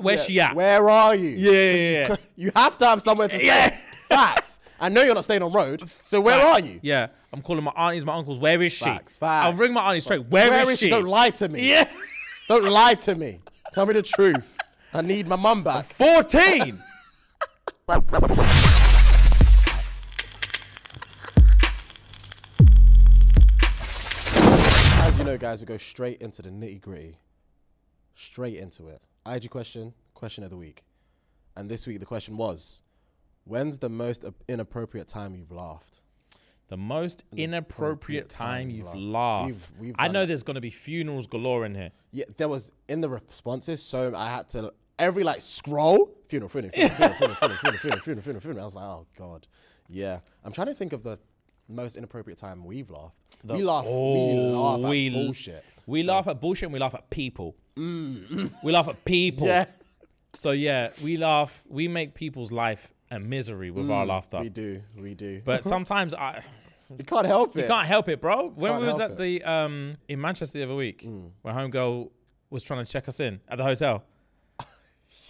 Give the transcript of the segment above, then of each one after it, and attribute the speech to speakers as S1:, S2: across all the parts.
S1: Where's she at?
S2: Where are you?
S1: Yeah, yeah, yeah.
S2: You have to have somewhere to stay. Facts. I know you're not staying on road, so where are you?
S1: yeah, I'm calling my aunties, my uncles. Where is she?
S2: Facts, facts.
S1: I'll ring my auntie straight.
S2: Where is she? Don't lie to me.
S1: Yeah.
S2: Don't lie to me. Tell me the truth. I need my mum back.
S1: 14.
S2: As you know, guys, we go straight into the nitty gritty. Straight into it. IG question, question of the week. And this week the question was When's the most inappropriate time you've laughed?
S1: the most inappropriate time you've laughed.
S2: We've- we've
S1: I
S2: done
S1: know
S2: it.
S1: there's going to be funerals galore in here.
S2: Yeah, there was in the responses, so I had to every like scroll funeral, funeral, funeral, funeral, funeral, funeral, funeral, funeral, funeral, funeral, funeral. I was like, oh god, yeah. I'm trying to think of the most inappropriate time we've laughed. we laugh, we laugh at
S1: Oh, we-
S2: bullshit.
S1: We laugh at bullshit and we laugh at people. we laugh at people.
S2: Mm. Yeah,
S1: So, yeah, we laugh. We make people's life a misery with our laughter.
S2: Mm, we do, we do. But
S1: But sometimes I.
S2: you can't help it.
S1: You can't help it, bro. When
S2: Can't
S1: we was
S2: help
S1: at
S2: it.
S1: the
S2: Hmm.
S1: um in Manchester the other week, where homegirl was trying to check us in at the hotel,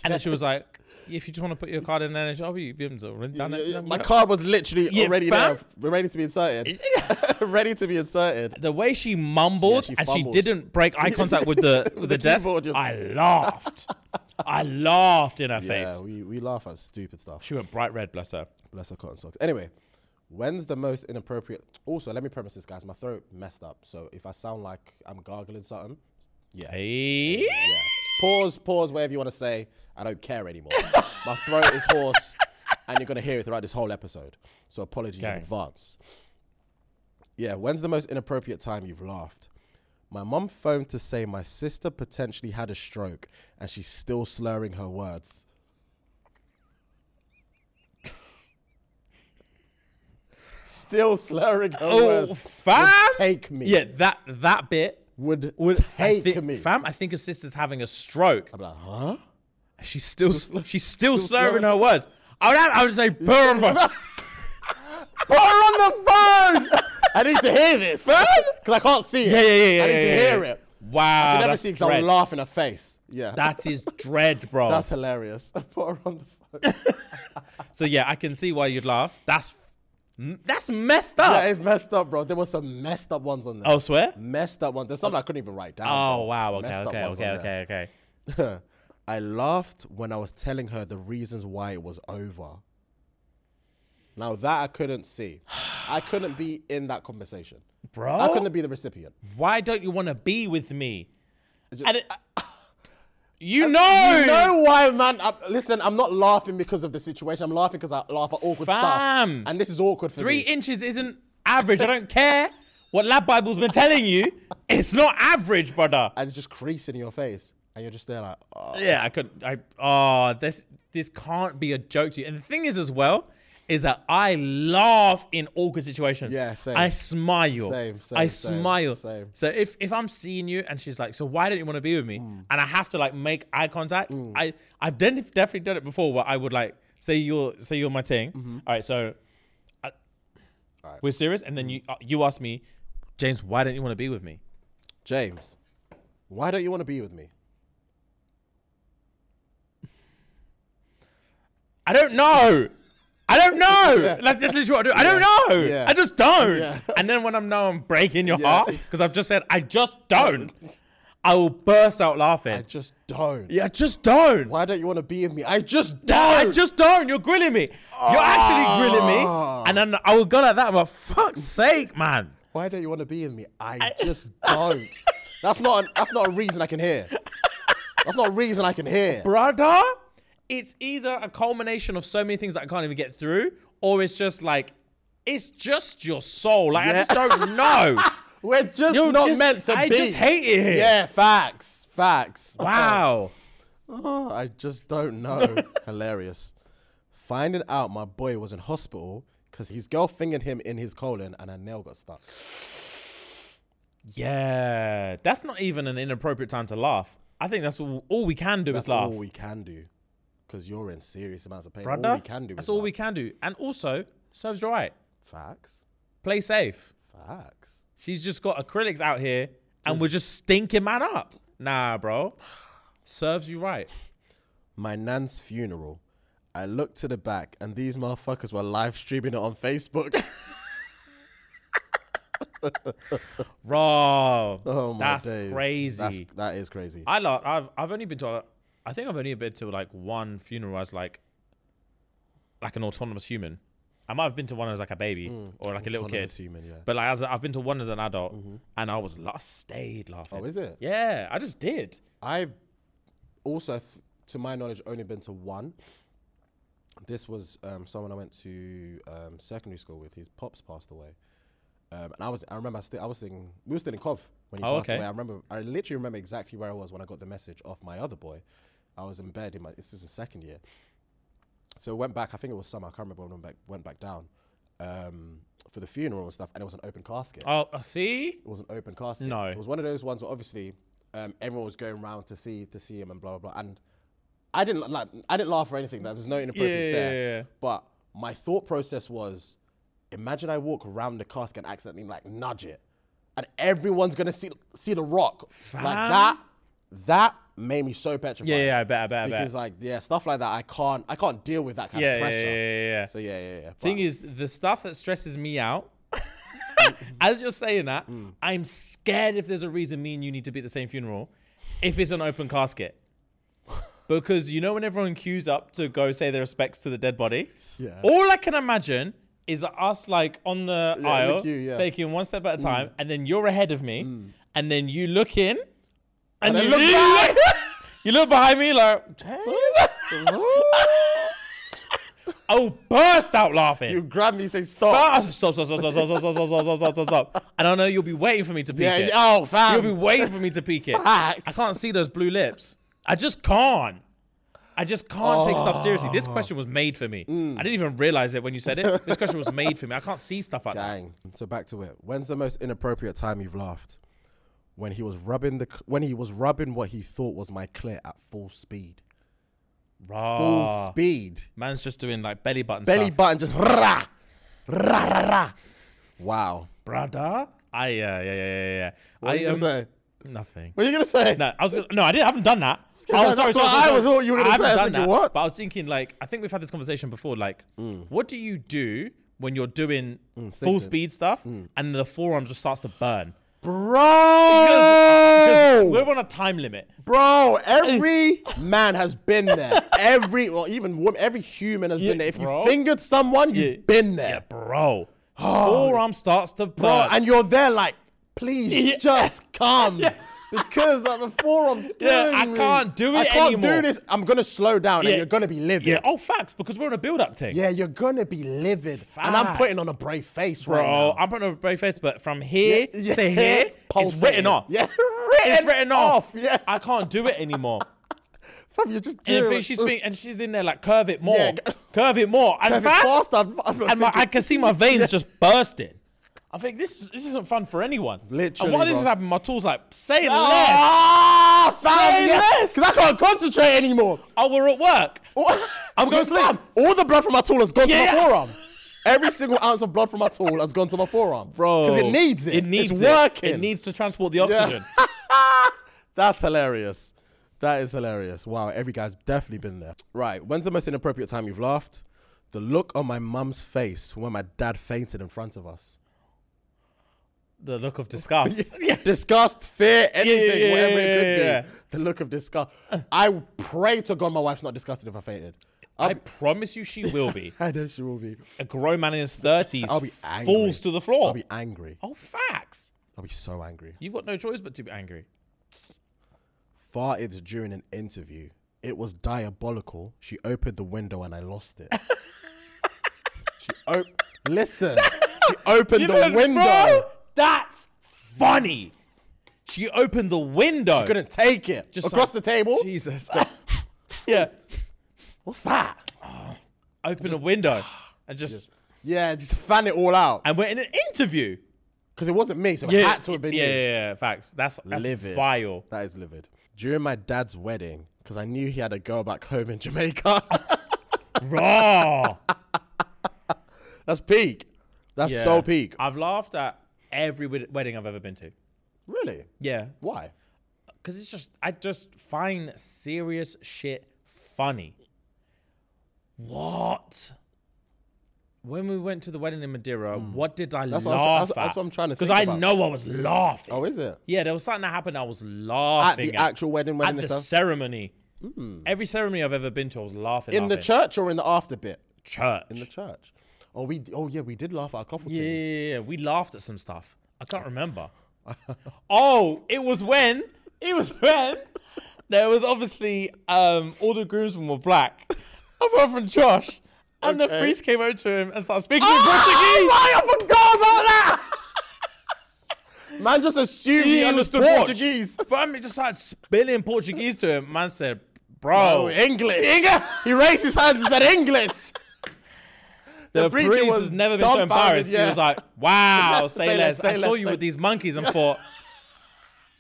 S1: and then she was like, "If you just want to put your card in there, and she'll be down
S2: Yeah,
S1: there."
S2: yeah, My card was literally
S1: Yeah,
S2: already
S1: fam.
S2: there. We're ready to be inserted. ready to be inserted.
S1: The way she mumbled
S2: Yeah, she
S1: and she
S2: fumbled.
S1: didn't break eye contact with the with the,
S2: The
S1: desk,
S2: keyboard just-
S1: I laughed. I laughed in her
S2: Yeah,
S1: face.
S2: we, we laugh at stupid stuff.
S1: She went bright red, bless her.
S2: Bless her cotton socks. Anyway, when's the most inappropriate? Also, let me premise this, guys. My throat messed up, so if I sound like I'm gargling something, yeah,
S1: Hey.
S2: yeah. Pause, pause, whatever you want to say. I don't care anymore. My throat is hoarse, and you're gonna hear it throughout this whole episode. So apologies in
S1: Okay.
S2: advance. Yeah, when's the most inappropriate time you've laughed? My mum phoned to say my sister potentially had a stroke, and she's still slurring her words. Still slurring her
S1: Oh,
S2: words. Would
S1: fam.
S2: take me.
S1: Yeah, that that bit.
S2: Would,
S1: was- I
S2: take
S1: thi-
S2: me.
S1: fam. I think your sister's having a stroke.
S2: I'm like, huh?
S1: She's still she's still slurring
S2: slurring.
S1: her words. I would, have, I would say put her on the phone.
S2: Put her on the phone. I need to hear this because I can't see it.
S1: Yeah, yeah, yeah,
S2: I need
S1: yeah,
S2: to
S1: yeah,
S2: hear
S1: yeah.
S2: it.
S1: Wow,
S2: I can never
S1: that's
S2: see because
S1: dread.
S2: I'll laugh in her face. Yeah,
S1: That is dread, bro.
S2: that's hilarious. Put her on the phone.
S1: so yeah, I can see why you'd laugh. That's m- that's messed up.
S2: that is messed up, bro. There were some messed up ones on there.
S1: Oh, swear?
S2: Messed up ones. There's something I couldn't even write down.
S1: oh
S2: bro.
S1: wow. Okay,
S2: Messed up
S1: okay,
S2: ones
S1: okay,
S2: on
S1: okay, okay.
S2: there. I laughed when I was telling her the reasons why it was over. Now that I couldn't see, I couldn't be in that conversation.
S1: Bro,
S2: I couldn't be the recipient.
S1: why don't you want to be with me?
S2: Just-
S1: And it- you know,
S2: You know why, man? I, listen, I'm not laughing because of the situation. I'm laughing because I laugh at awkward
S1: Fam.
S2: stuff. And this is awkward for
S1: three
S2: me.
S1: inches isn't average. I don't care what Lab Bible's been telling you. It's not average, brother.
S2: and it's just creasing in your face. And you're just there like, oh.
S1: Yeah, I couldn't. I oh, this this can't be a joke to you. And the thing is, as well, is that I laugh in awkward situations.
S2: Yeah, same.
S1: I smile.
S2: Same, same,
S1: I
S2: same,
S1: smile.
S2: same.
S1: So if if I'm seeing you and she's like, so why don't you want to be with me?
S2: Mm.
S1: And I have to like make eye contact. I I've done, definitely done it before where I would like say you're say you're my thing.
S2: Mm-hmm.
S1: All right, so I, we're serious, and
S2: Mm.
S1: then you uh, you ask me, James, why don't you want to be with me?
S2: James, why don't you want to be with me?
S1: I don't know. I don't know. That's just literally what I do. I don't know.
S2: Yeah.
S1: I just don't.
S2: Yeah.
S1: And then when I'm now I'm breaking your
S2: Yeah.
S1: heart because I've just said I just don't. I will burst out laughing.
S2: I just don't.
S1: yeah, I just don't.
S2: Why don't you want to be with me? I just
S1: No,
S2: don't. Ah.
S1: I just don't. You're grilling me. You're actually grilling me. And then I will go like that. I'm like, fuck's sake, man.
S2: why don't you want to be with me? I just don't. That's not, an, that's not a reason I can hear. That's not a reason I can hear.
S1: Brother, it's either a culmination of so many things that I can't even get through, or it's just like, it's just your soul. Like, I
S2: Yeah.
S1: just don't know.
S2: We're just
S1: You're
S2: not
S1: just-
S2: meant to
S1: I
S2: be.
S1: just hate it here.
S2: Yeah, facts, facts.
S1: Wow.
S2: Oh, I just don't know. Hilarious. Finding out my boy was in hospital because his girl fingered him in his colon and a nail got stuck.
S1: Yeah. That's not even an inappropriate time to laugh. I think that's all, all we can do
S2: That's
S1: is laugh.
S2: all we can do because you're in serious amounts of pain.
S1: brother.
S2: All we can do.
S1: That's
S2: is
S1: all
S2: laugh.
S1: we can do. And also, serves you right.
S2: Facts,
S1: Play safe.
S2: facts.
S1: She's just got acrylics out here and we're just stinking man up. Nah, bro. Serves you right.
S2: My nan's funeral. I looked to the back and these motherfuckers were live streaming it on Facebook.
S1: Bro.
S2: oh my
S1: that's
S2: days.
S1: crazy.
S2: That's, that is crazy.
S1: I lot. I've I've only been to. a- I think I've only been to like one funeral as like, like an autonomous human. I might have been to one as like a baby or like a little kid.
S2: Mm. Autonomous human, yeah. Mm-hmm.
S1: But like as a, I've been to one as an adult, and I was la- stayed laughing.
S2: Oh, is it?
S1: Yeah, I just did.
S2: I've also, th- to my knowledge, only been to one. This was um, someone I went to um, secondary school with. His pops passed away, um, and I was—I remember I, sti- I was sitting. We were still in Cov when he
S1: Oh,
S2: passed
S1: okay.
S2: away. I remember. I literally remember exactly where I was when I got the message off my other boy. I was in bed in my. This was the second year, so I went back. I think it was summer. I can't remember when I went back. Went back down um, for the funeral and stuff, and it was an open casket
S1: Oh, uh, see,
S2: it was an open casting.
S1: No.
S2: it was one of those ones where obviously um, everyone was going round to see to see him and blah blah blah. And I didn't like I didn't laugh or anything. There was no inappropriateness
S1: Yeah, yeah,
S2: there.
S1: yeah, yeah.
S2: But my thought process was, imagine I walk round the casket and accidentally like nudge it, and everyone's gonna see see the rock like that. That made me so petrified.
S1: Yeah, yeah, I bet, I bet, I bet.
S2: Because like yeah, stuff like that, I can't I can't deal with that kind
S1: Yeah,
S2: of
S1: yeah,
S2: pressure.
S1: yeah, yeah, yeah.
S2: So yeah, yeah, yeah.
S1: thing
S2: But-
S1: is, the stuff that stresses me out. as you're saying that,
S2: Mm.
S1: I'm scared if there's a reason me and you need to be at the same funeral, if it's an open casket. Because you know when everyone queues up to go say their respects to the dead body,
S2: Yeah.
S1: all I can imagine is us like on the
S2: the
S1: aisle,
S2: queue, yeah. Mm.
S1: taking one step at a time, and then you're ahead of me, and then you look in, and,
S2: I
S1: you,
S2: look
S1: you
S2: back.
S1: look- you look behind me like, oh, burst out laughing.
S2: you grab me, you say stop.
S1: Ah, stop, stop, stop, stop, stop, stop, stop, stop, stop, stop, stop, stop. And I know you'll be waiting for me to peek
S2: Yeah,
S1: it.
S2: oh, fam.
S1: You'll be waiting for me to peek it.
S2: Facts.
S1: I can't see those blue lips. I just can't. I just can't take stuff seriously.
S2: Oh.
S1: This question was made for me.
S2: Mm.
S1: I didn't even realize it when you said it. This question was made for me. I can't see stuff like that.
S2: Dang. So back to it. When's the most inappropriate time you've laughed? When he was rubbing the c- when he was rubbing what he thought was my clit at full speed. Full
S1: Raw.
S2: speed.
S1: Man's just doing like belly button
S2: Belly
S1: stuff.
S2: button just rah, rah, rah, rah. Wow.
S1: Brother? I, uh, yeah, yeah, yeah, yeah, yeah.
S2: What are you
S1: I, um,
S2: gonna say?
S1: nothing.
S2: What are you gonna say?
S1: No, I was gonna, no, I didn't. I haven't done that.
S2: Yeah,
S1: I was,
S2: that's what I was- what you were
S1: I
S2: gonna
S1: haven't
S2: say. I was
S1: done
S2: thinking,
S1: that,
S2: what? Mm.
S1: But I was thinking, like, I think we've had this conversation before. Like, what do you do when you're doing full speed stuff
S2: Mm.
S1: and the forearm just starts to burn? Because
S2: Bro,
S1: we're on a time limit.
S2: bro, every man has been there. Every, well, even woman, every human has been there. If
S1: bro.
S2: you fingered someone, you've been there.
S1: Yeah, bro. Forearm starts to burn.
S2: Oh. bro, and you're there like, please
S1: Yeah.
S2: just come. Because at the forum's
S1: Yeah,
S2: killing
S1: I
S2: me.
S1: can't do
S2: I
S1: it
S2: can't
S1: anymore.
S2: do this. I'm gonna slow down
S1: Yeah.
S2: and you're gonna be livid.
S1: yeah, oh, facts, because we're on a build up thing.
S2: Yeah, you're gonna be livid. And I'm
S1: Facts.
S2: putting on a brave face
S1: Bro,
S2: right now.
S1: I'm putting on a brave face, but from here
S2: Yeah, yeah.
S1: to here, it's
S2: Pulsating.
S1: written off.
S2: Yeah,
S1: it's
S2: written
S1: written off.
S2: off, yeah.
S1: I can't do it anymore.
S2: Fam, you're just
S1: And,
S2: doing
S1: if
S2: it.
S1: she's think, and she's in there like curve it more,
S2: Yeah.
S1: curve it more, and
S2: If it's
S1: fam-
S2: fast, I'm, I'm
S1: and my,
S2: thinking-
S1: I can see my veins just bursting. I think this is, this isn't fun for anyone.
S2: Literally,
S1: and while this
S2: bro.
S1: is happening, my tool's like say less.
S2: Ah,
S1: Say less.
S2: Because I can't concentrate anymore.
S1: Oh, we're at work. I'm going
S2: Yo,
S1: to sleep.
S2: fam, All the blood from my tool has gone
S1: Yeah.
S2: to my forearm. Every single ounce of blood from my tool has gone to my forearm. Because it needs it.
S1: It needs
S2: it's
S1: it.
S2: working.
S1: It needs to transport the oxygen.
S2: That's hilarious. That is hilarious. Wow, every guy's definitely been there. Right, when's the most inappropriate time you've laughed? The look on my mum's face when my dad fainted in front of us.
S1: The look of disgust.
S2: Disgust, fear, anything,
S1: yeah,
S2: whatever
S1: yeah,
S2: it could
S1: yeah,
S2: be.
S1: yeah.
S2: The look of disgust. I pray to God my wife's not disgusted if I fainted. I'll
S1: I
S2: be-
S1: promise you, she will be.
S2: I know she will be.
S1: A grown man in his thirties
S2: I'll be angry.
S1: falls to the floor.
S2: I'll be angry.
S1: oh, facts.
S2: I'll be so angry.
S1: You've got no choice but to be angry.
S2: Farted during an interview. It was diabolical. She opened the window and I lost it. she op- listen. She opened
S1: You
S2: the
S1: know,
S2: window.
S1: Bro, that's funny. She opened the window.
S2: I couldn't take it.
S1: Just
S2: across
S1: like,
S2: the table.
S1: Jesus. yeah.
S2: What's that?
S1: Open the window and just
S2: Yeah, just fan it all out.
S1: and we're in an interview.
S2: Because it wasn't me, so it had to have been
S1: yeah,
S2: you.
S1: yeah, yeah, Facts. That's that's
S2: livid.
S1: vile.
S2: That is livid. During my dad's wedding, because I knew he had a girl back home in Jamaica.
S1: Raw.
S2: That's peak. That's
S1: Yeah.
S2: so peak.
S1: I've laughed at every wed- wedding I've ever been to.
S2: really?
S1: Yeah.
S2: Why?
S1: Because it's just, I just find serious shit funny. What? When we went to the wedding in Madeira, what did I
S2: Hmm. That's what I was-
S1: laugh
S2: that's- that's
S1: at?
S2: what I'm trying to
S1: Because
S2: think
S1: I
S2: about.
S1: know I was laughing.
S2: Oh, is it?
S1: Yeah, there was something that happened. I was
S2: At
S1: laughing
S2: the actual wedding,
S1: at
S2: wedding
S1: the
S2: and stuff?
S1: ceremony. Every ceremony I've ever been to, I was laughing.
S2: In the
S1: laughing.
S2: church or in the after bit?
S1: church.
S2: In the church. Oh, we. Oh, yeah, we did laugh at a couple
S1: yeah, yeah,
S2: things.
S1: yeah, yeah. We laughed at some stuff. I can't remember. oh, it was when it was when there was obviously um all the groomsmen were black, apart from Josh, and the
S2: Okay.
S1: priest came over to him and started speaking in Portuguese.
S2: Oh, I forgot about that. Man just assumed he,
S1: He
S2: understood
S1: was Porch.
S2: Portuguese.
S1: But I mean, just started spilling Portuguese to him. Man said, "Bro,
S2: Oh, English. he raised his hands and said English.
S1: the,
S2: preacher
S1: priest
S2: was
S1: has never been so
S2: dumbfounded,
S1: embarrassed." He
S2: yeah.
S1: was like, "Wow,
S2: Say
S1: say, less.
S2: less, say
S1: I saw
S2: less,
S1: you
S2: say-
S1: with these monkeys and thought."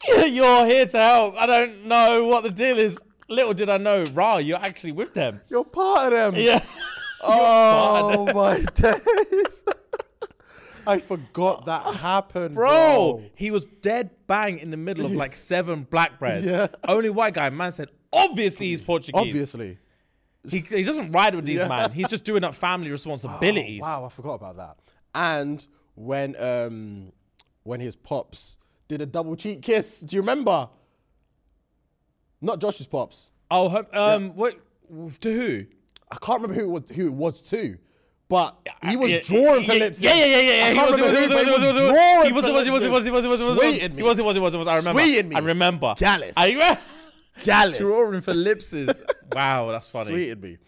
S1: You're here to help. I don't know what the deal is. Little did I know, Ra, you're actually with them.
S2: You're part of them.
S1: Yeah.
S2: Oh my days. I forgot that happened,
S1: Bro, he was dead bang in the middle of like seven black breads.
S2: Yeah.
S1: Only white guy. Man said, obviously he's Portuguese.
S2: Obviously.
S1: He, he doesn't ride with these
S2: Yeah. Oh,
S1: man. He's just doing up family responsibilities.
S2: Wow, I forgot about that. And when um when his pops did a double cheek kiss, do you remember? Not Josh's pops.
S1: Oh, ho- um, what? To who?
S2: I can't remember who it was, who it was too, but he was
S1: Yeah,
S2: drawing
S1: yeah,
S2: for lips.
S1: Yeah, yeah, yeah, yeah.
S2: I
S1: yeah. He
S2: can't
S1: was, he was,
S2: remember
S1: he
S2: who,
S1: was, he was,
S2: but
S1: he was, he was,
S2: drawing
S1: he was,
S2: for
S1: he was, he was, he was, he was,
S2: lips.
S1: he was, he was,
S2: Sweated me.
S1: he was, he was, he was, he was. I remember.
S2: Sweated me.
S1: I remember.
S2: Jealous.
S1: I remember.
S2: Gallus.
S1: Drawing for lipses. Wow, that's funny.
S2: Sweeted me.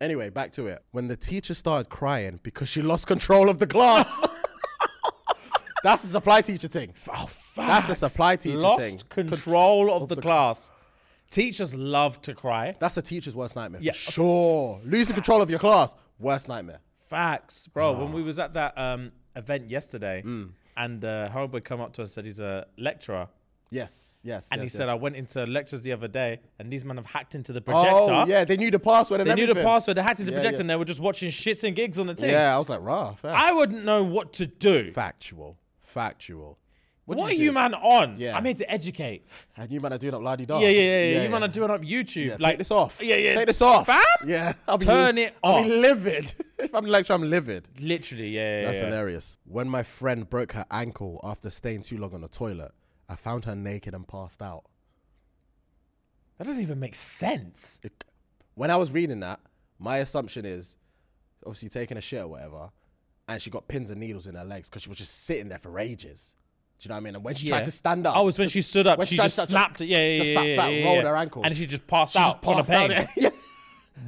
S2: Anyway, back to it. When the teacher started crying because she lost control of the class. That's a supply teacher thing.
S1: Oh,
S2: That's a
S1: facts.
S2: supply teacher
S1: Lost
S2: thing.
S1: Control of, the, class. Teachers love to cry.
S2: That's a teacher's worst nightmare.
S1: Yeah.
S2: Yeah. Sure. Losing control of your class. Worst nightmare.
S1: Facts, bro. When we was at that um, event yesterday,
S2: Mm.
S1: and uh, homeboy come up to us and said he's a lecturer,
S2: Yes. Yes.
S1: and he
S2: yes,
S1: said
S2: yes.
S1: I went into lectures the other day, and these men have hacked into the projector.
S2: Oh, yeah. They knew the password and
S1: They knew the
S2: everything.
S1: password. They hacked into the
S2: Yeah,
S1: projector,
S2: yeah.
S1: and they were just watching shits and gigs on the thing.
S2: Yeah, I was like, rah. fair.
S1: I wouldn't know what to do.
S2: Factual. Factual.
S1: What,
S2: did
S1: are
S2: do?
S1: you man on?
S2: Yeah.
S1: I'm here to educate.
S2: And you man are doing up la di da.
S1: Yeah, yeah, yeah, yeah. You man are doing up YouTube.
S2: Yeah,
S1: like
S2: take this off.
S1: Yeah, yeah.
S2: Take this off.
S1: Fam?
S2: Yeah. I'll be,
S1: Turn it
S2: I'll
S1: off.
S2: be livid. if I'm lecture, I'm livid.
S1: Literally, yeah. yeah,
S2: That's
S1: yeah.
S2: hilarious. When my friend broke her ankle after staying too long on the toilet, I found her naked and passed out.
S1: That doesn't even make sense.
S2: It- when I was reading that, my assumption is obviously taking a shit or whatever, and she got pins and needles in her legs because she was just sitting there for ages. Do you know what I mean? And when she
S1: Yeah.
S2: tried to stand up,
S1: Oh, it's when she stood up.
S2: when
S1: She,
S2: tried to
S1: just
S2: stand up,
S1: snapped it. Yeah, yeah,
S2: just
S1: yeah.
S2: fat,
S1: yeah,
S2: fat,
S1: yeah,
S2: rolled
S1: yeah.
S2: her ankle,
S1: And she just passed
S2: She
S1: out
S2: just
S1: on a
S2: passed out
S1: pain.
S2: there.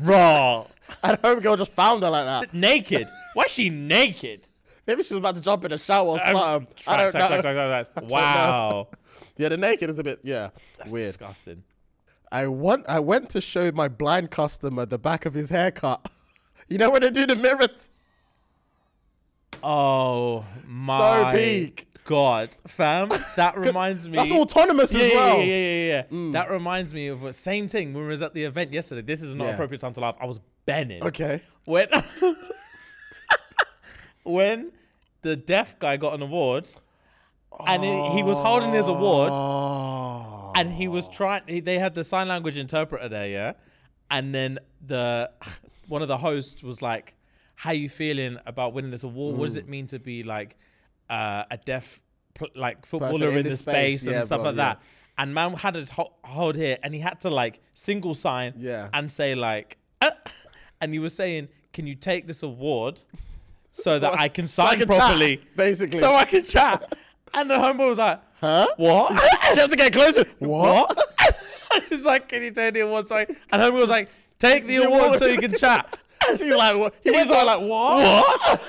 S1: Raw.
S2: and homegirl just found her like that.
S1: naked. Why is she naked?
S2: Maybe she was about to jump in the shower or something.
S1: Um,
S2: I
S1: facts,
S2: don't
S1: facts,
S2: know.
S1: facts, facts, facts, facts. Wow.
S2: Yeah, the naked is a bit yeah
S1: That's
S2: weird.
S1: disgusting.
S2: I want I went to show my blind customer the back of his haircut. You know when they do the mirrors?
S1: Oh my
S2: peak.
S1: God, fam, that reminds me.
S2: That's autonomous
S1: yeah,
S2: as
S1: yeah,
S2: well. Mm.
S1: Yeah, yeah, yeah, yeah. That reminds me of the same thing when we was at the event yesterday. This is not
S2: Yeah.
S1: appropriate time to laugh. I was benning.
S2: Okay.
S1: When when the deaf guy got an award, and he, he was holding his award,
S2: Oh.
S1: and he was trying. He, they had the sign language interpreter there, yeah. And then the one of the hosts was like, "How you feeling about winning this award? What does
S2: Mm.
S1: it mean to be like uh, a deaf pl- like footballer
S2: in
S1: in, the
S2: this
S1: space,
S2: space, yeah,
S1: and stuff
S2: bro,
S1: like that?" And man had his ho- hold here, and he had to like single sign
S2: Yeah.
S1: and say like, "Uh," and he was saying, "Can you take this award?" So, that I can sign
S2: can chat,
S1: properly,
S2: basically.
S1: So I can chat. And the homeboy was like, "Huh? What?
S2: You have to get closer. What?
S1: He's like, can you take the award? Sorry. And Homie was like, take the award, so you can chat.
S2: She's like, what? He
S1: He's
S2: was
S1: like, like,
S2: like, like,
S1: what?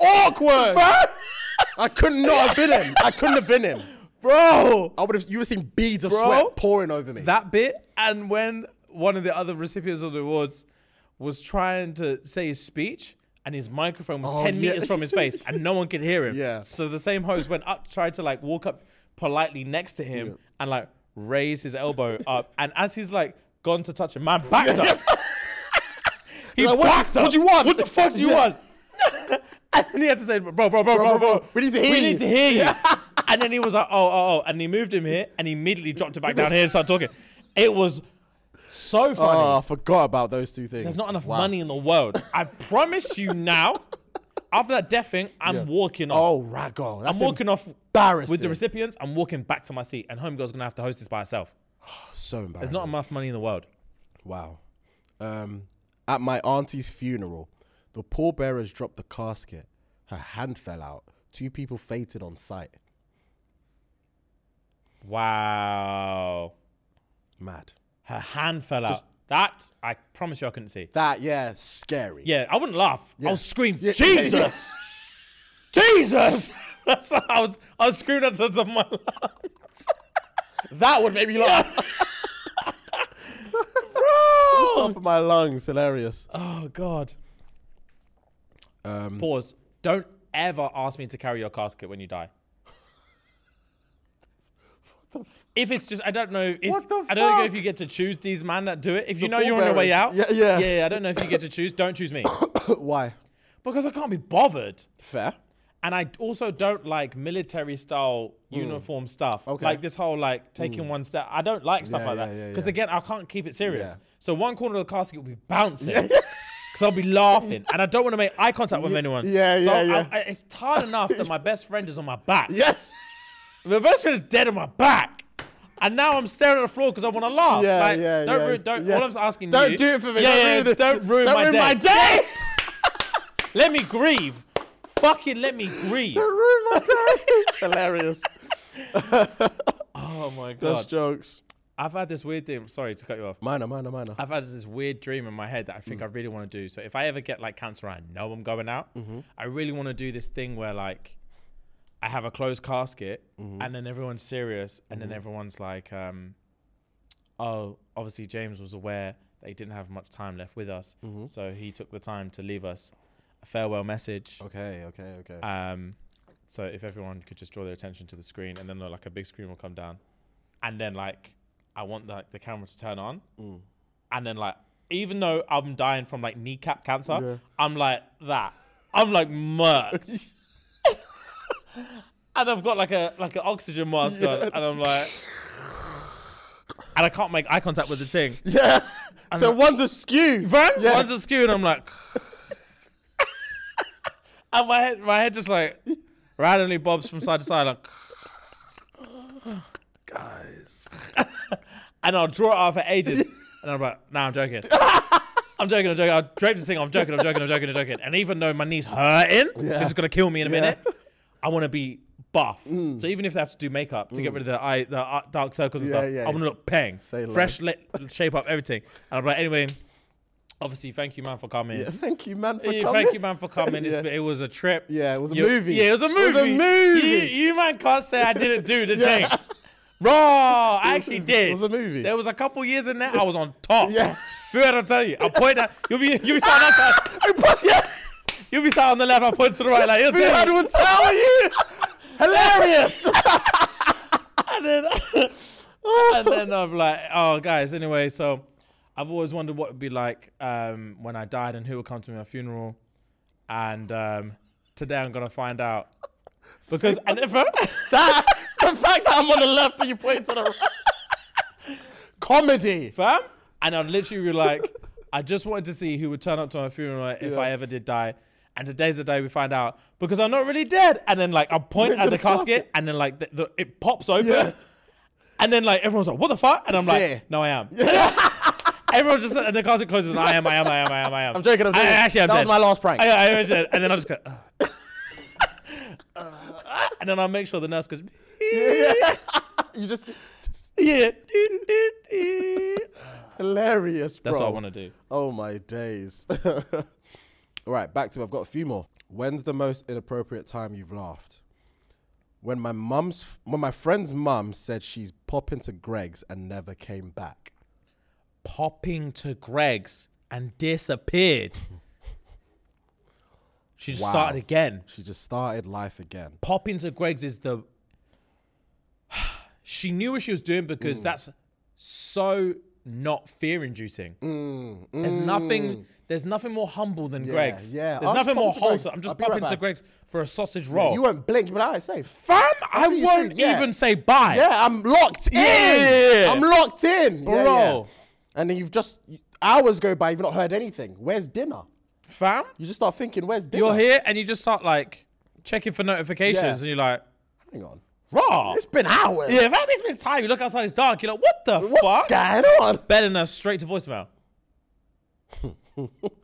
S2: awkward. I could not have been him. I couldn't have been him.
S1: bro.
S2: I would have. You would have seen beads of
S1: Bro.
S2: sweat pouring over me.
S1: That bit, and when one of the other recipients of the awards was trying to say his speech, and his microphone was
S2: Oh,
S1: 10
S2: yeah.
S1: meters from his face, and no one could hear him.
S2: Yeah.
S1: So the same host went up, tried to like walk up politely next to him, and like raise his elbow up. And as he's like gone to touch him, man backed up. he
S2: Like, what-
S1: backed up.
S2: what do you want?
S1: What the fuck do you
S2: Yeah.
S1: want? and he had to say, bro, bro, bro, bro, bro,
S2: bro, we need to hear
S1: We
S2: you."
S1: need to hear you. and then he was like, oh, oh, oh. And he moved him here and he immediately dropped it back down here and started talking. It was so funny.
S2: oh, I forgot about those two things.
S1: There's not enough
S2: Wow.
S1: money in the world. I promise you now, after that death thing, I'm walking off.
S2: Oh, raggo.
S1: I'm
S2: That's
S1: walking off with the
S2: embarrassing.
S1: recipients. I'm walking back to my seat, and Homegirl's gonna have to host this by herself.
S2: so embarrassing.
S1: There's not enough money in the world.
S2: Wow. Um, at my auntie's funeral, the pallbearers dropped the casket. Her hand fell out. Two people fainted on sight.
S1: Wow.
S2: Mad.
S1: Her hand fell out. That I promise you, I couldn't see.
S2: That, yeah, scary.
S1: Yeah, I wouldn't laugh. I was scream,
S2: Yeah, yeah, yeah.
S1: Jesus, Jesus. That's how I was. I was screaming at the top of my lungs.
S2: That would make me laugh. Top of my lungs, hilarious.
S1: Oh God.
S2: Um,
S1: Pause. Don't ever ask me to carry your casket when you die. If it's just, I don't know. If,
S2: What the
S1: I don't know
S2: fuck?
S1: if you get to choose these man that do it. If you
S2: The
S1: know you're on your way out,
S2: pallbearers. Yeah, yeah.
S1: yeah, I don't know if you get to choose. Don't choose me
S2: Why?
S1: because I can't be bothered.
S2: Fair.
S1: And I also don't like military style uniform stuff.
S2: Hmm. Okay. Hmm.
S1: Like this whole like taking one step. I don't like stuff
S2: Yeah,
S1: like
S2: yeah,
S1: that.
S2: yeah, yeah.
S1: Because again, I can't keep it serious.
S2: Yeah.
S1: So one corner of the casket will be bouncing. Because I'll be laughing. And I don't want to make eye contact with anyone.
S2: yeah,
S1: so
S2: yeah,
S1: I-
S2: yeah.
S1: I, it's tired enough that my best friend is on my back.
S2: Yes.
S1: The best friend is dead on my back. And now I'm staring at the floor because I want to laugh.
S2: Yeah,
S1: like,
S2: yeah,
S1: don't
S2: yeah,
S1: ruin, don't.
S2: yeah.
S1: All I'm asking
S2: Don't
S1: you,
S2: do it for me.
S1: Yeah,
S2: Don't
S1: yeah,
S2: ruin the-
S1: don't ruin
S2: don't
S1: my
S2: ruin
S1: day.
S2: my day.
S1: let me grieve. Fucking let me grieve.
S2: hilarious.
S1: Oh my god.
S2: That's jokes. Ah,
S1: I've had this weird thing. Sorry to cut you off.
S2: Minor, minor, minor.
S1: I've had this weird dream in my head that I think I really want to do. So if I ever get like cancer, I know I'm going out. I really want to do this thing where like I have a closed casket and then everyone's serious and then everyone's like, um, oh, obviously James was aware that he didn't have much time left with us. So he took the time to leave us a farewell message.
S2: Okay, okay, okay.
S1: Um, so if everyone could just draw their attention to the screen, and then like a big screen will come down, and then like I want like the camera to turn on, and then like even though I'm dying from like kneecap cancer, I'm like that. I'm like murked. And I've got like a like an oxygen mask on, and I'm like, and I can't make eye contact with the thing.
S2: yeah. So one's askew.
S1: Right?
S2: Yeah.
S1: One's askew, and I'm like, and my head, my head just like randomly bobs from side to side, like, guys. and I'll draw it out for ages, and I'm like, nah, I'm joking. I'm joking, I'm joking. I'll drape this thing. I'm joking, I'm joking, I'm joking, I'm joking. And even though my knee's hurting, this is gonna kill me in a minute. I want to be buff. So even if they have to do makeup to get rid of the eye, the uh, dark circles and
S2: Mm. Yeah,
S1: stuff,
S2: yeah,
S1: I want to
S2: yeah.
S1: look peng,
S2: Say less.
S1: fresh, lit, shape up everything. And I'm like, anyway, obviously, thank you, man, for coming.
S2: Yeah, thank you, man, for
S1: Yeah,
S2: coming.
S1: Thank you, man, for coming. It's
S2: Yeah.
S1: been- It was a trip.
S2: Yeah, it was a
S1: You-
S2: movie.
S1: Yeah, it was a movie.
S2: It was a movie.
S1: You, you man can't say I didn't do the thing. Raw, I actually did.
S2: It was a movie.
S1: There was a couple years in there. I was on top.
S2: Yeah.
S1: Feel what I tell you. I point out. You'll be you'll be sat on that side.
S2: yeah.
S1: You'll be sat on the left. I point to the right. Like you'll
S2: We had
S1: tell me.
S2: one tell you. Hilarious.
S1: And then, and then I'm like, oh guys. Anyway, so I've always wondered what it'd be like um, when I died and who would come to my funeral. And um, today I'm gonna find out because and if
S2: that, the fact that I'm on the left and you point to the right. Comedy.
S1: fam. And I'd literally be like, I just wanted to see who would turn up to my funeral if
S2: Yeah.
S1: I ever did die. And today's the day we find out because I'm not really dead. And then like I point at the,
S2: the
S1: casket,
S2: casket.
S1: and then like the, the, it pops open.
S2: Yeah.
S1: And then like everyone's like, what the fuck? And I'm like,
S2: Fear.
S1: no, I am. Everyone just and the casket closes and I am, I am, I am, I am, I am.
S2: I'm joking, I'm
S1: I-
S2: joking.
S1: actually, I'm
S2: That was
S1: dead.
S2: my last prank.
S1: I, I am dead. And then I just go. "Ugh." Ugh. and then I'll make sure the nurse goes.
S2: You just
S1: Yeah. That's
S2: hilarious, bro.
S1: what I want to do.
S2: Oh my days. All right, back to I've got a few more. When's the most inappropriate time you've laughed? when my mum's when my friend's mum said she's popping to Greg's and never came back.
S1: Popping to Greg's and disappeared. She just
S2: Wow.
S1: started again.
S2: She just started life again.
S1: Popping to Greg's is the. she knew what she was doing because
S2: Mm.
S1: that's so not fear inducing. There's nothing. There's nothing more humble than Greg's.
S2: Mm, yeah.
S1: There's
S2: I'll just
S1: nothing
S2: pop
S1: more
S2: into Greg's.
S1: wholesome. I'm
S2: I'll
S1: just
S2: be right
S1: popping to
S2: back.
S1: Greg's for a sausage roll.
S2: You won't blink, but I say, fam,
S1: Fam, I
S2: see you
S1: won't
S2: soon. Yeah.
S1: even say bye.
S2: Yeah, I'm locked in.
S1: Yeah.
S2: I'm locked in, Yeah,
S1: Bro.
S2: yeah. And then you've just hours go by, you've not heard anything. Where's dinner?
S1: Fam,
S2: You just start thinking, where's dinner?
S1: you're here and you just start like checking for notifications
S2: Yeah.
S1: and you're like,
S2: Hang on.
S1: raw.
S2: It's been hours.
S1: Yeah, fam, it's been time. You look outside, it's dark. You're like, what the fuck?
S2: What's going on?
S1: Better than a straight to voicemail.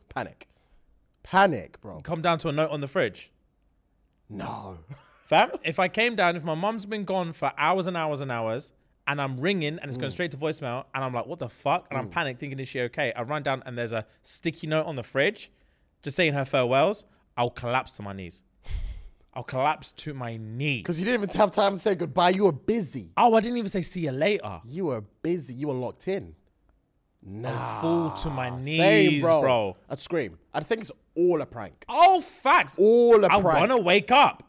S2: Panic. Panic, bro.
S1: Come down to a note on the fridge.
S2: No.
S1: Fam, if I came down, if my mum's been gone for hours and hours and hours, and I'm ringing and it's
S2: Mm.
S1: going straight to voicemail, and I'm like, what the fuck? And I'm panicked thinking, is she okay? I run down and there's a sticky note on the fridge just saying her farewells. I'll collapse to my knees. I'll collapse to my knees.
S2: Because you didn't even have time to say goodbye. You were busy.
S1: Oh, I didn't even say see you later.
S2: You were busy. You were locked in. Nah.
S1: Fall to my knees,
S2: Same,
S1: bro.
S2: bro. I'd scream. I think it's all a prank.
S1: Oh, facts.
S2: All a
S1: I
S2: prank.
S1: want to wake up.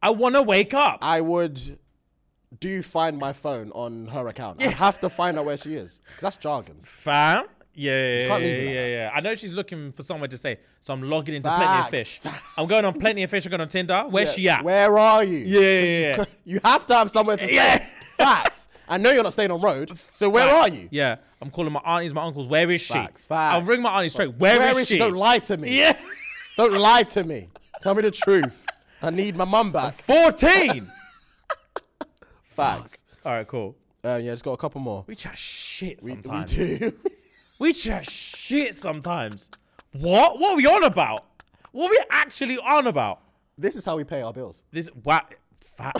S1: I want to wake up.
S2: I would do find my phone on her account. I have to find out where she is. 'Cause that's jargons.
S1: Fam. Yeah, yeah,
S2: can't leave
S1: yeah,
S2: it like
S1: yeah, yeah. I know she's looking for somewhere to stay, so I'm logging into Plenty of
S2: Facts.
S1: Fish. I'm going on Plenty of Fish. I'm going on Tinder. Where's she at?
S2: Where are you?
S1: yeah, yeah, yeah.
S2: You have to have somewhere to stay.
S1: Yeah.
S2: Facts. I know you're not staying on road. So where
S1: Facts.
S2: are you?
S1: Yeah. I'm calling my aunties, my uncles. Where is she?
S2: Facts, facts.
S1: I'll ring my auntie straight. Where is, she?
S2: Don't lie to me.
S1: Yeah.
S2: Don't lie to me. Tell me the truth. I need my mum back.
S1: 14.
S2: Facts.
S1: All right, cool.
S2: Uh, yeah, just got a couple more.
S1: We chat shit
S2: We,
S1: sometimes.
S2: we do.
S1: We chat shit sometimes. What? What are we on about? What are we actually on about?
S2: this is how we pay our bills.
S1: This wow, fa-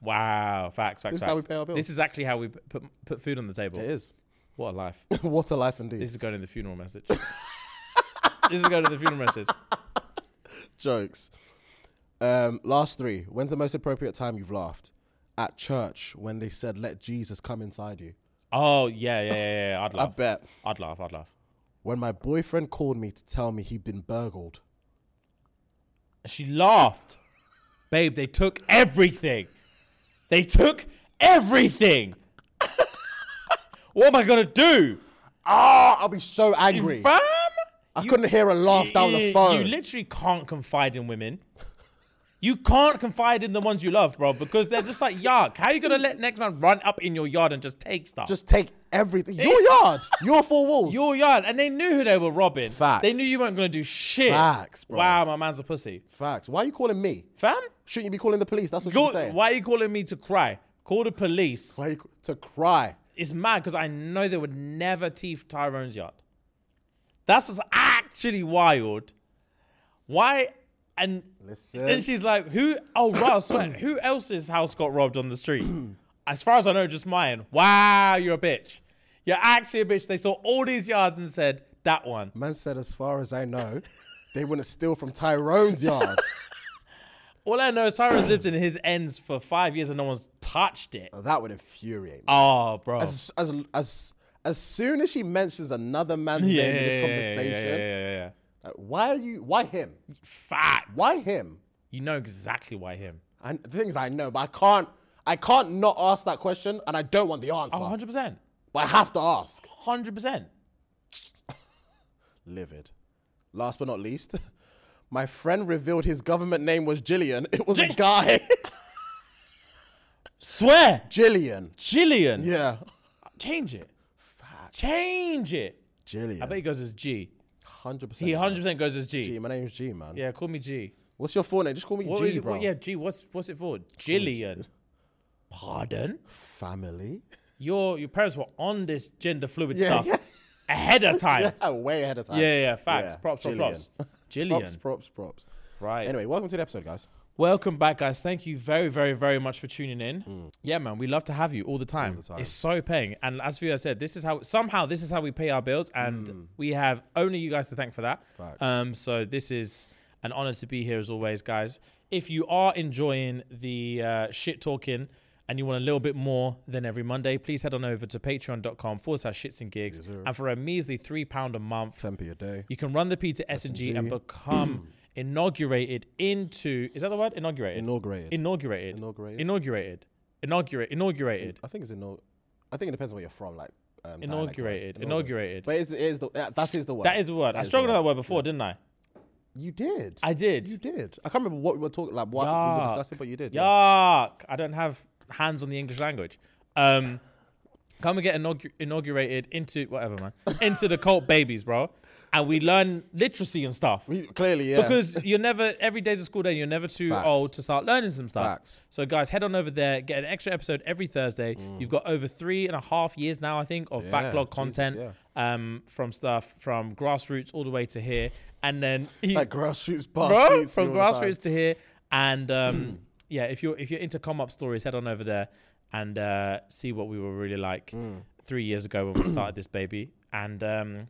S1: wow, facts, facts,
S2: This is
S1: facts.
S2: how we pay our bills.
S1: This is actually how we p- put put food on the table.
S2: It is.
S1: What a life.
S2: what a life indeed.
S1: this is going in the funeral message. this is going in the funeral message.
S2: Jokes. Um, last three. When's the most appropriate time you've laughed? At church when they said, "Let Jesus come inside you."
S1: Oh yeah, yeah, yeah. yeah. I'd laugh.
S2: bet.
S1: I'd laugh. I'd laugh.
S2: When my boyfriend called me to tell me he'd been burgled.
S1: She laughed. Babe, they took everything. They took everything. what am I gonna do?
S2: Ah, I'll be so angry.
S1: Fam?
S2: I couldn't hear a laugh down
S1: You-
S2: the phone.
S1: You literally can't confide in women. You can't confide in the ones you love, bro, because they're just like, yuck. How you gonna let next man run up in your yard and just take stuff?
S2: just take everything. Your yard, your four walls.
S1: your yard, and they knew who they were robbing.
S2: Facts.
S1: They knew you weren't gonna do shit.
S2: Facts, bro.
S1: Wow, my man's a pussy,
S2: facts. Why are you calling me?
S1: fam.
S2: Shouldn't you be calling the police? That's what
S1: go-
S2: you're saying.
S1: why are you calling me to cry? Call the police.
S2: Why you c- to cry?
S1: It's mad because I know they would never thief Tyrone's yard. That's what's actually wild. Why? And
S2: Listen.
S1: then she's like, "Who? Oh, Russ, wait, who else's house got robbed on the street? as far as I know, just mine. Wow, you're a bitch. You're actually a bitch. They saw all these yards and said that one.
S2: Man said, as far as I know, they wouldn't steal from Tyrone's yard.
S1: All I know is Tyrone's lived in his ends for five years and no one's touched it.
S2: that would infuriate me.
S1: Oh, bro.
S2: As, as as as soon as she mentions another man's
S1: yeah,
S2: name in
S1: yeah,
S2: this
S1: yeah, yeah, yeah,
S2: conversation,
S1: yeah, yeah.
S2: like, why are you? Why him?
S1: Facts.
S2: Why him?
S1: You know exactly why him.
S2: And the things I know, but I can't. I can't not ask that question, and I don't want the answer,
S1: Oh, 100%.
S2: but I have to ask.
S1: 100%.
S2: livid. Last but not least, my friend revealed his government name was Jillian. It was a guy.
S1: Swear.
S2: Jillian.
S1: Jillian.
S2: Yeah.
S1: Change it. Change it.
S2: Jillian.
S1: I bet he goes as G.
S2: 100%.
S1: He 100% goes as G.
S2: G. My name's G, man.
S1: Yeah, call me G.
S2: What's your full name? Just call me
S1: What
S2: G,
S1: is it?
S2: bro.
S1: What, yeah, G. What's what's it for? Jillian. Pardon?
S2: Family?
S1: Your your parents were on this gender fluid
S2: Yeah,
S1: stuff
S2: yeah.
S1: ahead of time.
S2: Yeah, way ahead of
S1: Yeah,
S2: time.
S1: yeah. Facts.
S2: Yeah,
S1: Props. Props.
S2: Jillian.
S1: Props. Jillian.
S2: Props, props, props.
S1: Right.
S2: Anyway, welcome to the episode, guys.
S1: Welcome back, guys. Thank you very, very, very much for tuning in. Yeah, man, we love to have you Hmm. all the time. It's so paying. And as Vio said, this is how somehow this is how we pay our bills, and we have only you guys to thank for that. Um, so this is an honor to be here as always, guys. if you are enjoying the uh, shit talking and you want a little bit more than every Monday, please head on over to patreon.com forward slash shits and gigs. and for a measly £3 a month,
S2: Tempe a day.
S1: you can run the P to S and G and become inaugurated into is that the word inaugurated
S2: Inaugurated.
S1: inaugurated
S2: Inaugurated. uh,
S1: inaugurated inaugurated inaugurated
S2: I think it's inaug. I think it depends on where you're from. Like um, dialect-wise.
S1: Inaugurated. Inaugurated.
S2: But it's, it is the that, that is the word.
S1: that is a word I
S2: is the
S1: struggled with that word before didn't I
S2: You did.
S1: I did.
S2: You did. I can't remember what we were talking. Like what we were
S1: Yuck.
S2: discussing, but you did. yeah.
S1: Yuck! I don't have hands on the English language. Um, come and get inaugu- inaugurated into whatever, man, into the cult babies, bro. And we learn literacy and stuff.
S2: We- clearly, yeah.
S1: Because you're never every day's a school day. and You're never too
S2: Facts.
S1: old to start learning some stuff.
S2: Facts. Mm.
S1: So guys, head on over there. Get an extra episode every Thursday. You've got over three and a half years now, I think, of backlog
S2: Jesus,
S1: content
S2: yeah.
S1: um, from stuff from grassroots all the way to here, and then
S2: like grassroots, bar
S1: bro,
S2: streets
S1: from
S2: and all the time. Mm.
S1: grassroots to here. And um, yeah, if you're if you're into come up stories, head on over there and uh, see what we were really like
S2: Mm.
S1: three years ago when we started this baby. And um,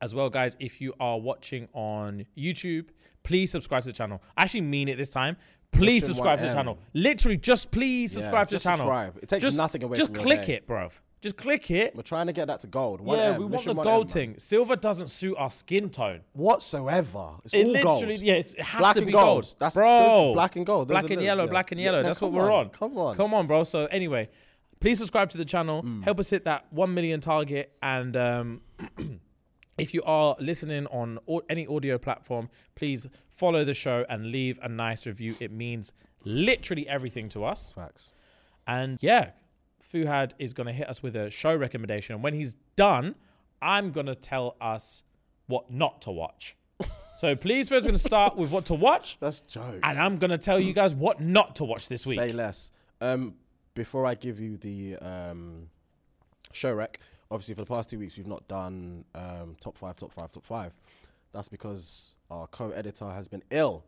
S1: as well, guys, if you are watching on YouTube, please subscribe to the channel. I actually mean it this time. Please
S2: Mission
S1: subscribe to the
S2: 1M.
S1: channel. Literally, just please
S2: Yeah,
S1: subscribe to
S2: just
S1: the channel.
S2: subscribe. It takes
S1: just,
S2: nothing away
S1: Just
S2: from your
S1: click
S2: day.
S1: it, bro. Just click it.
S2: We're trying to get that to gold. 1M,
S1: yeah, we want the
S2: mission 1M,
S1: gold
S2: man.
S1: thing. Silver doesn't suit our skin tone.
S2: whatsoever. It's
S1: It
S2: all
S1: literally,
S2: gold.
S1: yeah, it's, it has
S2: black
S1: to
S2: and
S1: be
S2: gold.
S1: gold.
S2: That's
S1: bro.
S2: those- black and gold. Those
S1: black
S2: are
S1: and
S2: the-
S1: yellow,
S2: yeah.
S1: black and
S2: Yeah,
S1: yellow.
S2: no,
S1: That's what
S2: come
S1: we're
S2: on,
S1: on.
S2: come on. Mm.
S1: come on, bro. So anyway, please subscribe to the channel. Help us hit that one million target. And um, if you are listening on au- any audio platform, please follow the show and leave a nice review. It means literally everything to us.
S2: Facts.
S1: And yeah, Fuhad is going to hit us with a show recommendation. And when he's done, I'm going to tell us what not to watch. so please, Fuhad's going to start with what to watch.
S2: That's jokes.
S1: And I'm going to tell you guys what not to watch this week.
S2: Say less. Um, before I give you the um, show rec, obviously for the past two weeks we've not done um, top five, top five, top five. That's because our co-editor has been ill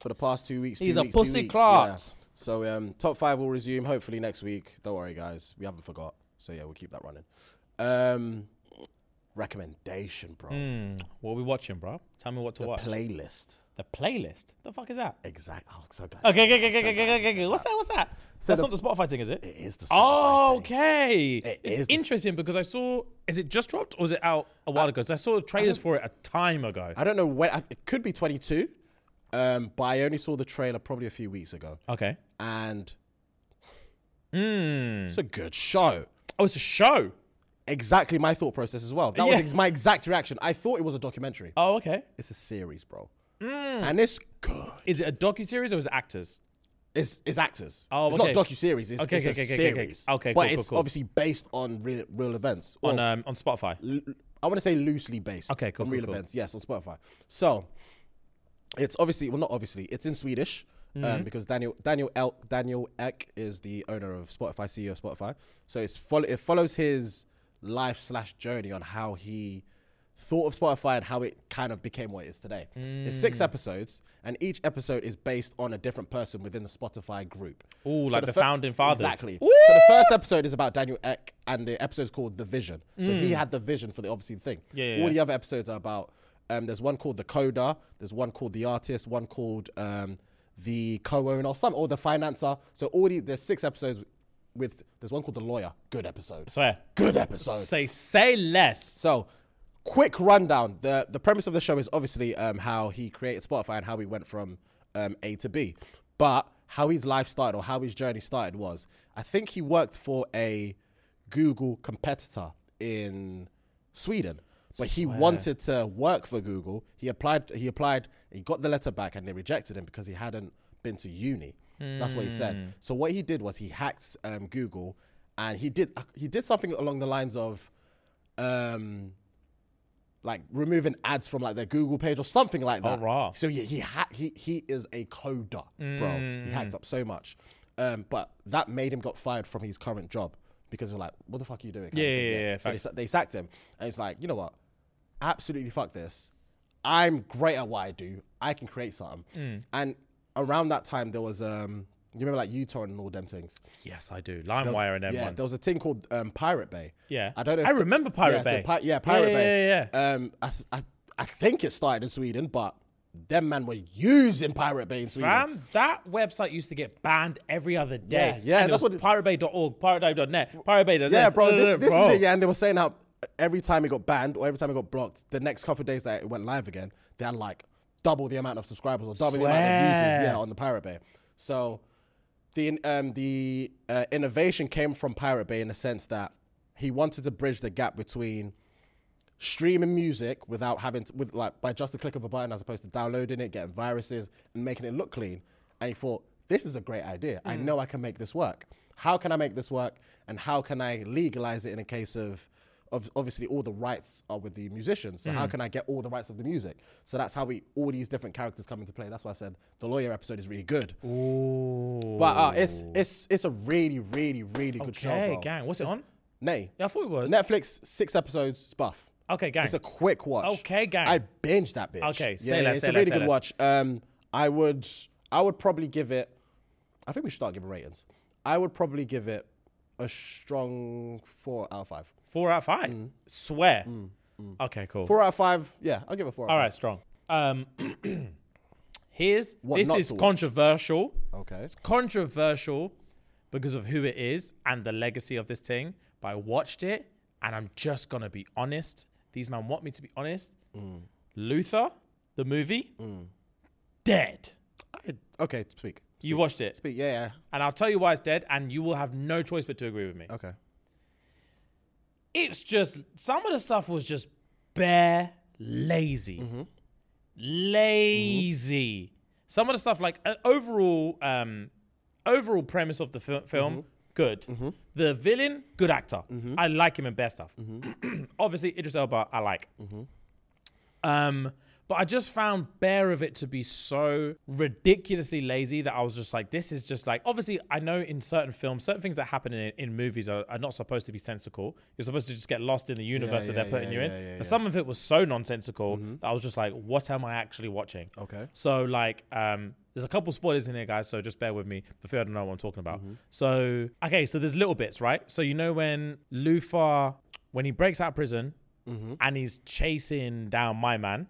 S2: for the past two weeks.
S1: He's
S2: two
S1: a
S2: weeks, two
S1: pussy
S2: weeks,
S1: clots.
S2: yeah. So um, top five will resume hopefully next week. Don't worry, guys, we haven't forgot. So yeah, we'll keep that running. Um, recommendation, bro.
S1: What are we watching, bro? Tell me Hmm, what to
S2: The
S1: watch.
S2: playlist.
S1: the playlist? The fuck is that?
S2: Exactly. Oh, I'm so glad.
S1: Okay, okay, okay, okay, okay, okay, okay, okay. What's that? What's that? That's
S2: the-
S1: not the Spotify thing, is it? It
S2: is the Spotify
S1: Oh,
S2: thing.
S1: okay.
S2: It
S1: it's
S2: is the- Uh,
S1: interesting because I saw. Is it just dropped or is it out a while ago? 'Cause I saw trailers for it a time ago.
S2: I don't know when. I- It could be 22, um, but I only saw the trailer probably a few weeks ago,
S1: okay.
S2: and
S1: Hmm.
S2: it's a good show.
S1: Oh, it's a show.
S2: Exactly my thought process as well. That
S1: Yeah.
S2: was ex- my exact reaction. I thought it was a documentary.
S1: Oh, okay.
S2: It's a series, bro,
S1: Hmm.
S2: and it's good.
S1: Is it a docu series or is it actors?
S2: It's it's actors.
S1: Oh,
S2: it's
S1: okay.
S2: not docu series. It's,
S1: Okay,
S2: it's
S1: okay,
S2: a
S1: okay, okay, okay.
S2: series.
S1: Okay,
S2: but
S1: cool, cool,
S2: it's
S1: cool.
S2: obviously based on real, real events. Or
S1: On um, on Spotify.
S2: l- I want to say loosely based.
S1: Okay, cool,
S2: On
S1: cool,
S2: real
S1: cool.
S2: events, yes, on Spotify. So it's obviously well, not obviously. It's in Swedish
S1: Mm-hmm.
S2: um, because Daniel Daniel El, Daniel Ek is the owner of Spotify, CEO of Spotify. So it's follow, it follows his life slash journey on how he thought of Spotify and how it kind of became what it is today. It's
S1: Mm.
S2: six episodes, and each episode is based on a different person within the Spotify group.
S1: Ooh, like the
S2: fir-
S1: founding fathers.
S2: Exactly.
S1: Ooh.
S2: So the first episode is about Daniel Eck, and the episode's called The Vision. So he had the vision for the obviously the thing.
S1: Mm. Yeah, yeah,
S2: All
S1: yeah.
S2: the other episodes are about. Um, there's one called The Coder. There's one called The Artist. One called um, The Co-owner or some or The Financer. So all the there's six episodes with. There's one called The Lawyer. Good episode.
S1: Swear.
S2: Good episode.
S1: Say say less.
S2: So, quick rundown. The the premise of the show is obviously um, how he created Spotify and how he went from um, A to B, but how his life started or how his journey started was I think he worked for a Google competitor in Sweden, but he wanted to work for Google. He applied. He applied. He got the letter back, and they rejected him because he hadn't been to uni. That's what he said. So what he did was he hacked um, Google, and he did uh, he did something along the lines of um like removing ads from like their Google page or something like that.
S1: raw.
S2: So yeah, he ha- he he is a coder, bro. He
S1: Mm.
S2: hacked up so much, um, but that made him got fired from his current job because they're like, "What the fuck are you doing?" kind of
S1: Yeah,
S2: thing,
S1: yeah, yeah,
S2: So they,
S1: facts.
S2: sa- they sacked him, and it's like, you know what? Absolutely fuck this. I'm great at what I do. I can create something.
S1: Mm.
S2: And around that time, there was um, you remember like Utah and all them things.
S1: Yes, I do. LimeWire and
S2: Yeah,
S1: everyone.
S2: there was a thing called um, Pirate Bay.
S1: Yeah.
S2: I don't know.
S1: I remember Pirate
S2: yeah, so
S1: Bay.
S2: Pi-
S1: Yeah,
S2: yeah, Pirate
S1: yeah,
S2: Bay.
S1: yeah,
S2: yeah. Um, I, s- I- I think it started in Sweden, but Them man were using Pirate Bay in Sweden.
S1: Fam, that website used to get banned every other day.
S2: Yeah, yeah,
S1: and
S2: that's
S1: that's
S2: what
S1: what
S2: it-
S1: piratebay.org, piratedive.net, piratebay.
S2: Yeah, bro. This, this is it. Yeah, and they were saying how every time it got banned or every time it got blocked, the next couple of days that it went live again, they had like double the amount of subscribers or double the amount of
S1: Swear.
S2: users. Yeah, on the Pirate Bay. So the um, the uh, innovation came from Pirate Bay in the sense that he wanted to bridge the gap between streaming music without having to, with like by just a click of a button as opposed to downloading it, getting viruses and making it look clean. And he thought, this is a great idea. I
S1: Mm.
S2: know I can make this work. How can I make this work? And how can I legalize it in a case of, of obviously all the rights are with the musicians. So how
S1: Mm.
S2: can I get all the rights of the music? So that's how we all these different characters come into play. That's why I said the lawyer episode is really good. But uh, it's it's it's a really really really good show.
S1: Okay,
S2: bro.
S1: gang. What's it
S2: It's-
S1: on?
S2: Nay.
S1: Yeah, I thought it was.
S2: Netflix six episodes. It's buff.
S1: Okay, gang.
S2: It's a quick watch.
S1: Okay, gang.
S2: I binged that bitch.
S1: Okay, say less,
S2: it's
S1: say
S2: a
S1: less,
S2: really
S1: say
S2: good
S1: less.
S2: watch. Um, I would I would probably give it. I think we should start giving ratings. I would probably give it a strong four out of five.
S1: Four out of five.
S2: Mm.
S1: Swear. Okay, cool.
S2: Four out of five. Yeah, I'll give it four. Out
S1: All
S2: of
S1: right, strong. Um, here's
S2: What
S1: this
S2: not
S1: is
S2: to watch?
S1: controversial.
S2: Five. Okay.
S1: It's controversial because of who it is and the legacy of this thing. But I watched it, and I'm just gonna be honest. These men want me to be honest.
S2: Mm.
S1: Luther, the movie, dead.
S2: I- okay. Speak.
S1: You watched it,
S2: Speak. Yeah.
S1: and I'll tell you why it's dead, and you will have no choice but to agree with me.
S2: yeah. Okay.
S1: it's just some of the stuff was just bare lazy,
S2: Mm-hmm.
S1: lazy. Some of the stuff, like uh, overall, um, overall premise of the fil- film,
S2: Mm-hmm.
S1: good. The villain, good actor. I like him in bad stuff.
S2: Mm-hmm.
S1: Obviously, Idris Elba, I like. Um, but I just found Bear of it to be so ridiculously lazy that I was just like, this is just like, obviously, I know in certain films, certain things that happen in, in movies are, are not supposed to be sensical. You're supposed to just get lost in the universe that
S2: yeah,
S1: they're putting
S2: yeah,
S1: you in.
S2: yeah, yeah, Mm-hmm.
S1: but some of it was so nonsensical that I was just like, what am I actually watching?
S2: Okay.
S1: So, like, um, there's a couple spoilers in here, guys, so just bear with me if you don't know what I'm talking
S2: Mm-hmm.
S1: about. So, okay, so there's little bits, right? So, you know, when Lufa, when he breaks out of prison,
S2: Mm-hmm.
S1: and he's chasing down my man.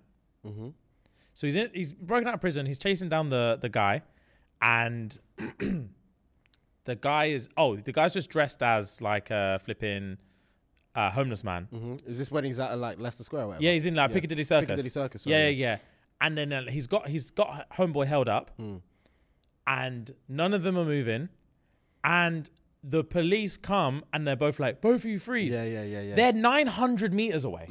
S1: So he's in, he's broken out of prison. He's chasing down the the guy, and the guy is oh the guy's just dressed as like a flipping uh, homeless man.
S2: Mhm. Is this when he's at uh, like Leicester Square? Or whatever?
S1: Yeah, he's in like
S2: Yeah.
S1: Piccadilly Circus.
S2: Piccadilly Circus. sorry,
S1: yeah, yeah, yeah. And then uh, he's got he's got homeboy held up,
S2: Hmm.
S1: and none of them are moving, and the police come and they're both like, both of you freeze.
S2: Yeah, yeah, yeah, Hmm. yeah.
S1: They're 900 meters away.